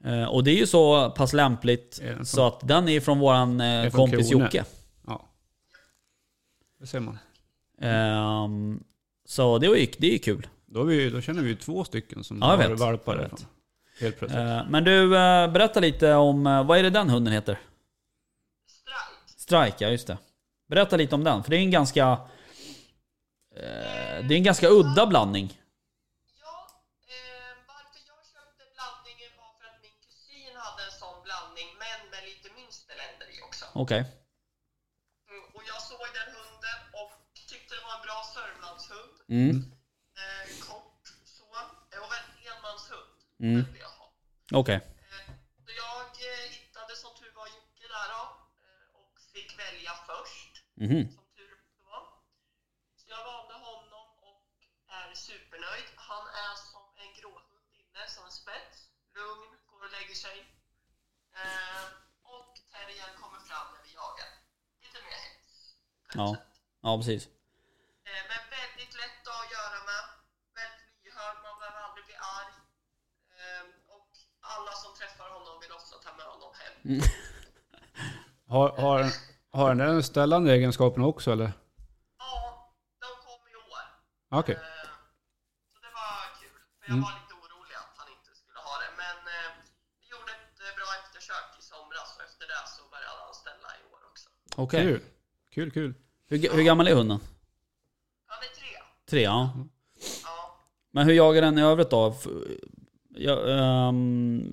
[SPEAKER 1] Eh, och det är ju så pass lämpligt
[SPEAKER 2] Är den från-
[SPEAKER 1] så att den är från våran eh,
[SPEAKER 2] Är från
[SPEAKER 1] kompis
[SPEAKER 2] Krone.
[SPEAKER 1] Jocke.
[SPEAKER 2] Ja. Det ser man.
[SPEAKER 1] Ehm, så det, var ju, det är ju kul.
[SPEAKER 2] Då, har vi, då känner vi ju två stycken som
[SPEAKER 1] Ja, jag
[SPEAKER 2] har
[SPEAKER 1] vet.
[SPEAKER 2] valpar
[SPEAKER 1] Jag
[SPEAKER 2] därifrån. Helt plötsligt.
[SPEAKER 1] Eh, men du, eh, berätta lite om, eh, vad är det den hunden heter?
[SPEAKER 7] Strike.
[SPEAKER 1] Strike, ja just det. Berätta lite om den, för det är en ganska, eh, det är en ganska udda blandning.
[SPEAKER 7] Ja, eh, varför jag köpte blandningen var för att min kusin hade en sån blandning, men med lite münsterländer i också.
[SPEAKER 1] Okej.
[SPEAKER 7] Mm, och jag såg den hunden och tyckte det var en bra sörmlandshund.
[SPEAKER 1] Mm.
[SPEAKER 7] Eh, kort så. Och en enmanshund.
[SPEAKER 1] Mm.
[SPEAKER 7] Den ville jag ha.
[SPEAKER 1] Okej.
[SPEAKER 7] Eh, Så jag eh, hittade som tur var Jocke där då, eh, och fick välja först.
[SPEAKER 1] Mhm.
[SPEAKER 7] Som tur var. Så jag valde honom och är supernöjd. Han är som en gråhund inne, som en spets. Lugn, går och lägger sig. Eh, Och och terriern kommer fram när vi jagar. Lite mer hets.
[SPEAKER 1] Ja, ja precis.
[SPEAKER 7] Eh, Men väldigt lätt att göra med. Väldigt lyhörd, man behöver aldrig bli arg. Ehm, Och alla som träffar honom vill ofta ta med honom hem.
[SPEAKER 2] Har, har, har den där ställande egenskapen också eller?
[SPEAKER 7] Ja, de kom i år.
[SPEAKER 2] Okej.
[SPEAKER 7] Eh, Så det var kul. För jag
[SPEAKER 2] Mm.
[SPEAKER 7] var lite orolig att han inte skulle ha det. Men eh, vi gjorde ett eh, bra eftersök i somras och efter det så började han ställa i år också.
[SPEAKER 1] Okej.
[SPEAKER 2] Kul. Kul, kul.
[SPEAKER 1] Hur, ga- hur gammal är hunden?
[SPEAKER 7] Han är tre.
[SPEAKER 1] Tre, ja.
[SPEAKER 7] Ja.
[SPEAKER 1] Men hur jagar den i övrigt då? F- Ja, ehm,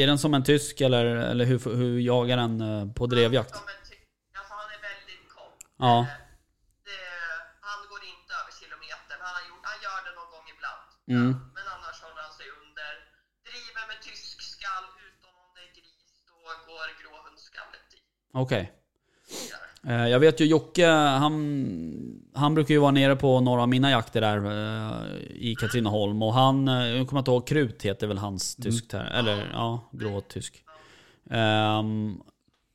[SPEAKER 1] är den som en tysk eller, eller hur, hur jagar den eh, på drevjakt?
[SPEAKER 7] Ja, men ty- Alltså han är väldigt kort.
[SPEAKER 1] Ja.
[SPEAKER 7] Eh, Det, han går inte över kilometern. Han, har gjort, han gör det någon gång ibland.
[SPEAKER 1] Mm.
[SPEAKER 7] Men annars håller han sig under. Driver med tysk skall utom om det är gris. Då går gråhundsskallet i.
[SPEAKER 1] Okej. Eh, Jag vet ju Jocke, han, han brukar ju vara nere på några av mina jakter där eh, i Katrineholm. Och han, eh, jag kommer inte ihåg, Krut heter väl hans tysk här. Eller ja, grå tysk. Ehm,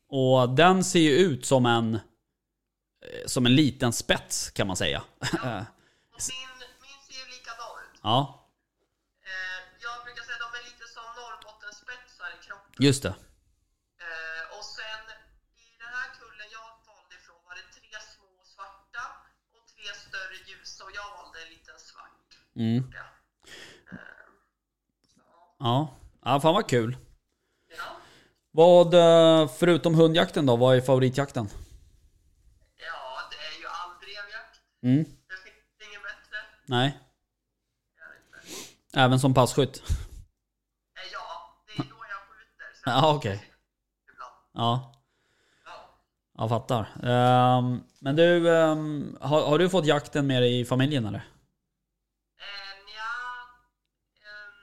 [SPEAKER 1] och den ser ju ut som en, eh, som en liten spets kan man säga.
[SPEAKER 7] Och min, min ser ju likadan ut.
[SPEAKER 1] ja,
[SPEAKER 7] Eh, Jag brukar säga att de är lite som Norrbottenspetsar i kroppen.
[SPEAKER 1] just det.
[SPEAKER 7] Eh, och sen i den här kullen jag valde ifrån var det tre små svarta och tre större ljusa och jag valde en liten svart.
[SPEAKER 1] Mm.
[SPEAKER 7] Ja. Eh,
[SPEAKER 1] Ja. ja, fan vad kul.
[SPEAKER 7] ja.
[SPEAKER 1] Vad, eh, förutom hundjakten då, vad är favoritjakten?
[SPEAKER 7] ja, det är ju all drevjakt.
[SPEAKER 1] Mm.
[SPEAKER 7] Det finns inget bättre.
[SPEAKER 1] Nej,
[SPEAKER 7] Jag vet inte.
[SPEAKER 1] även som passkytt?
[SPEAKER 7] Eh, ja, det är då jag skjuter. så
[SPEAKER 1] Ja,
[SPEAKER 7] jag
[SPEAKER 1] okej.
[SPEAKER 7] skjuter Ibland.
[SPEAKER 1] Ja.
[SPEAKER 7] Ja.
[SPEAKER 1] Jag fattar. Ehm, men du, ehm, har, har du fått jakten med dig i familjen eller?
[SPEAKER 7] Eh, nja, ehm,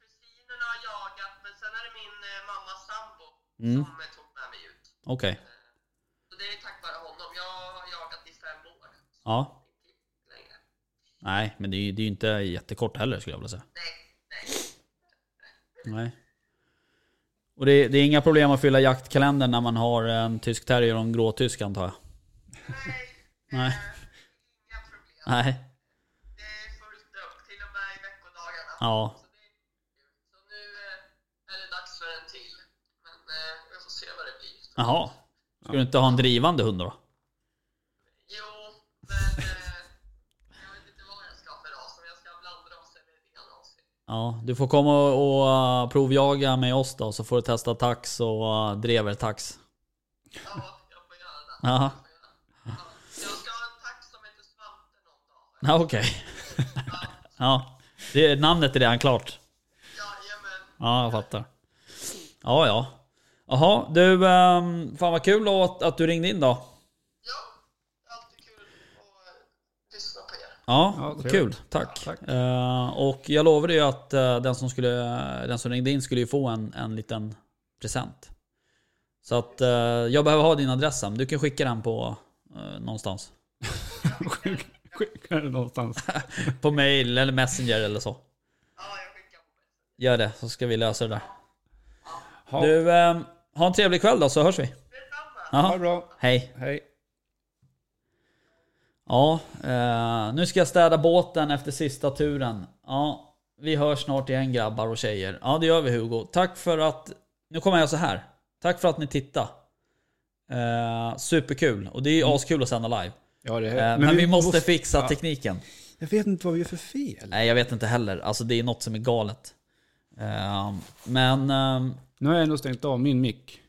[SPEAKER 7] kusinerna har jagat men sen är det min eh, mammas sambo
[SPEAKER 1] Mm.
[SPEAKER 7] som eh, tog med mig ut.
[SPEAKER 1] Okej.
[SPEAKER 7] Så det är tack vare honom. Jag har jagat i fem år.
[SPEAKER 1] Ja.
[SPEAKER 7] Inte längre.
[SPEAKER 1] Nej, men det är, ju- det är ju inte jättekort heller skulle jag vilja säga.
[SPEAKER 7] Nej, nej.
[SPEAKER 1] Nej. Och det, det är inga problem att fylla jaktkalendern när man har en tysk terrier och en gråtysk antar jag?
[SPEAKER 7] Nej.
[SPEAKER 1] Nej.
[SPEAKER 7] Eh, inga problem.
[SPEAKER 1] Nej.
[SPEAKER 7] Det är fullt upp, till och med i veckodagarna.
[SPEAKER 1] Ja.
[SPEAKER 7] Så, det är kul. så nu eh, är det dags för en till. Men eh, jag får se vad det blir.
[SPEAKER 1] Jaha. Ska du inte ha en drivande hund då?
[SPEAKER 7] Jo, men eh, jag vet inte vad jag ska ha för ras. Om jag ska ha blandras eller ren ras.
[SPEAKER 1] Ja, du får komma och, och eh, provjaga med oss då så får du testa tax och uh, drevertax.
[SPEAKER 7] Ja, jag får göra det.
[SPEAKER 1] Ja.
[SPEAKER 7] Jag får göra det. Ja. Jag ska ha en tax som heter Svante någon dag.
[SPEAKER 1] Ja, Okej. ja. Det, namnet är redan klart.
[SPEAKER 7] Jajamän.
[SPEAKER 1] Ja, jag fattar. Ja, ja. Jaha, du, um, fan vad kul att, att du ringde in då.
[SPEAKER 7] Ja, alltid kul att eh, lyssna på er.
[SPEAKER 1] Ja,
[SPEAKER 2] Ja,
[SPEAKER 1] vad kul.
[SPEAKER 2] trevligt.
[SPEAKER 1] Tack.
[SPEAKER 2] Ja, tack.
[SPEAKER 1] Eh, och jag lovade ju att eh, den, som skulle, den som ringde in skulle ju få en, en liten present. Så att eh, jag behöver ha din adress Sam. Du kan skicka den på eh, någonstans.
[SPEAKER 2] Skicka den någonstans.
[SPEAKER 1] På mail eller messenger eller så.
[SPEAKER 7] Ja, jag skickar på mig.
[SPEAKER 1] Gör det så ska vi lösa det där.
[SPEAKER 2] Ha,
[SPEAKER 1] Du, eh, ha en trevlig kväll då så hörs vi.
[SPEAKER 7] Detsamma.
[SPEAKER 2] ha det
[SPEAKER 1] Ja,
[SPEAKER 2] bra.
[SPEAKER 1] hej.
[SPEAKER 2] Hej.
[SPEAKER 1] Ja, eh, nu ska jag städa båten efter sista turen. Ja, vi hörs snart igen grabbar och tjejer. Ja, det gör vi Hugo. Tack för att... Nu kommer jag så här. Tack för att ni tittade. Eh, superkul. Och det är ju askul att sända live.
[SPEAKER 2] Ja, det är,
[SPEAKER 1] Mm. Eh, men, vi, måste, fixa tekniken.
[SPEAKER 2] Jag vet inte vad vi gör för fel.
[SPEAKER 1] Nej, jag vet inte heller. Alltså det är något som är galet. Eh, men... ehm,
[SPEAKER 2] Nu har jag ändå stängt av min mick.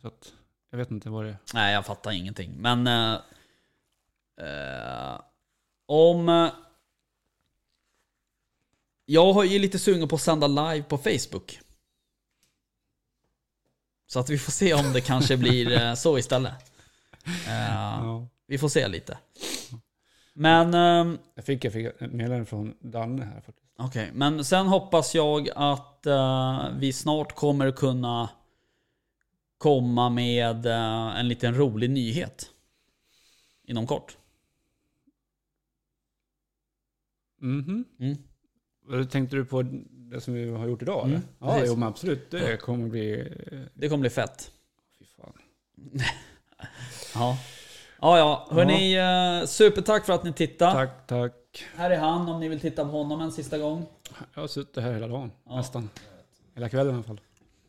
[SPEAKER 2] Så att jag vet inte vad det är.
[SPEAKER 1] Nej, jag fattar ingenting. Men... Eh, eh, om... Eh, jag har ju lite sugen på att sända live på Facebook. Så att vi får se om det kanske blir eh, så istället. Eh,
[SPEAKER 2] Ja.
[SPEAKER 1] vi får se lite. Men... ehm,
[SPEAKER 2] Jag fick, jag fick ett meddelande från Danne här faktiskt.
[SPEAKER 1] Okej, men sen hoppas jag att eh, vi snart kommer kunna komma med eh, en liten rolig nyhet. Inom kort.
[SPEAKER 2] Mhm.
[SPEAKER 1] Mm.
[SPEAKER 2] Vad Tänkte du på det som vi har gjort idag?
[SPEAKER 1] Mm,
[SPEAKER 2] eller? Ja,
[SPEAKER 1] precis.
[SPEAKER 2] jo, men absolut. Det kommer bli... eh,
[SPEAKER 1] Det kommer bli fett. Ja. Ja, ja. Hörni, eh, supertack för att ni tittade.
[SPEAKER 2] Tack, tack.
[SPEAKER 1] Här är han om ni vill titta på honom en sista gång.
[SPEAKER 2] Jag har suttit här hela dagen, nästan. Hela kvällen i alla fall.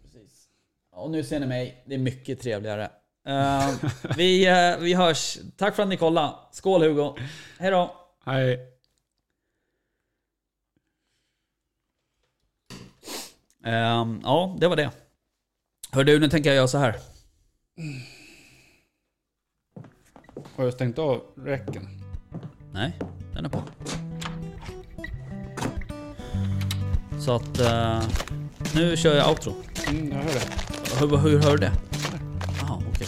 [SPEAKER 1] Precis. Och nu ser ni mig, det är mycket trevligare. Eh, vi, eh, vi hörs. Tack för att ni kollade. Skål Hugo. Hej då.
[SPEAKER 2] Hej.
[SPEAKER 1] Ehm, ja, det var det. Hör du, nu tänker jag göra så här.
[SPEAKER 2] Har jag stängt av räcken?
[SPEAKER 1] Nej, den är på. Så att eh, nu kör jag outro.
[SPEAKER 2] Mm, jag hör det.
[SPEAKER 1] Hur, hur hör du det? Jaha, okej.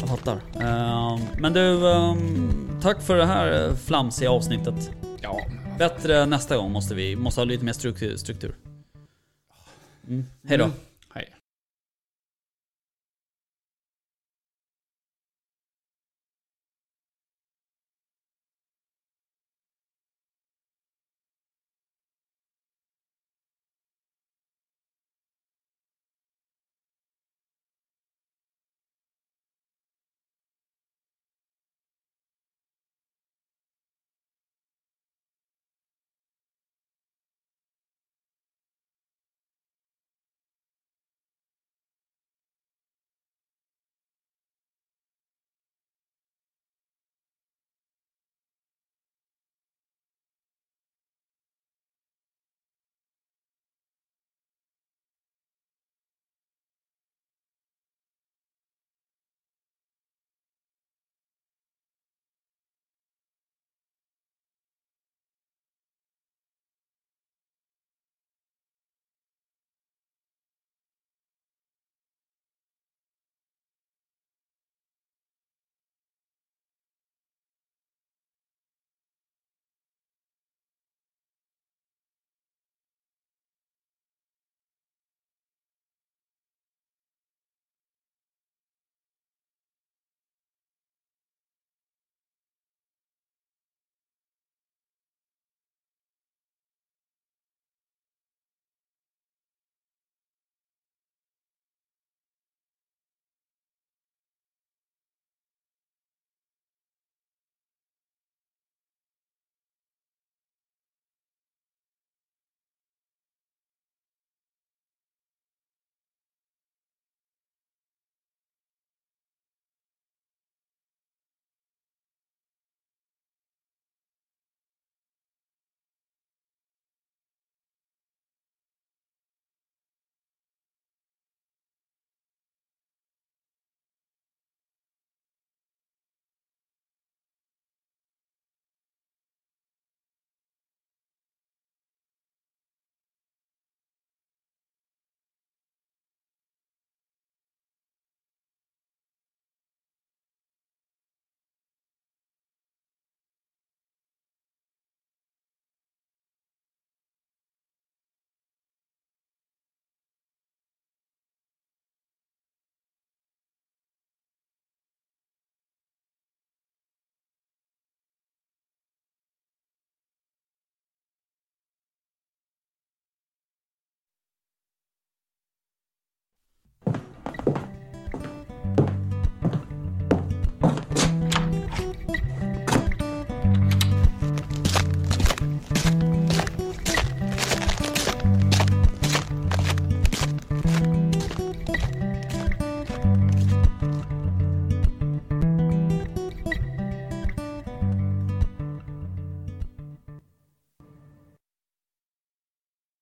[SPEAKER 1] Jag fattar. Ehm, men du, ehm, tack för det här eh, flamsiga avsnittet.
[SPEAKER 2] Ja.
[SPEAKER 1] Bättre nästa gång måste vi. Måste ha lite mer struktur. struktur. Mm. Hej då.
[SPEAKER 2] Mm.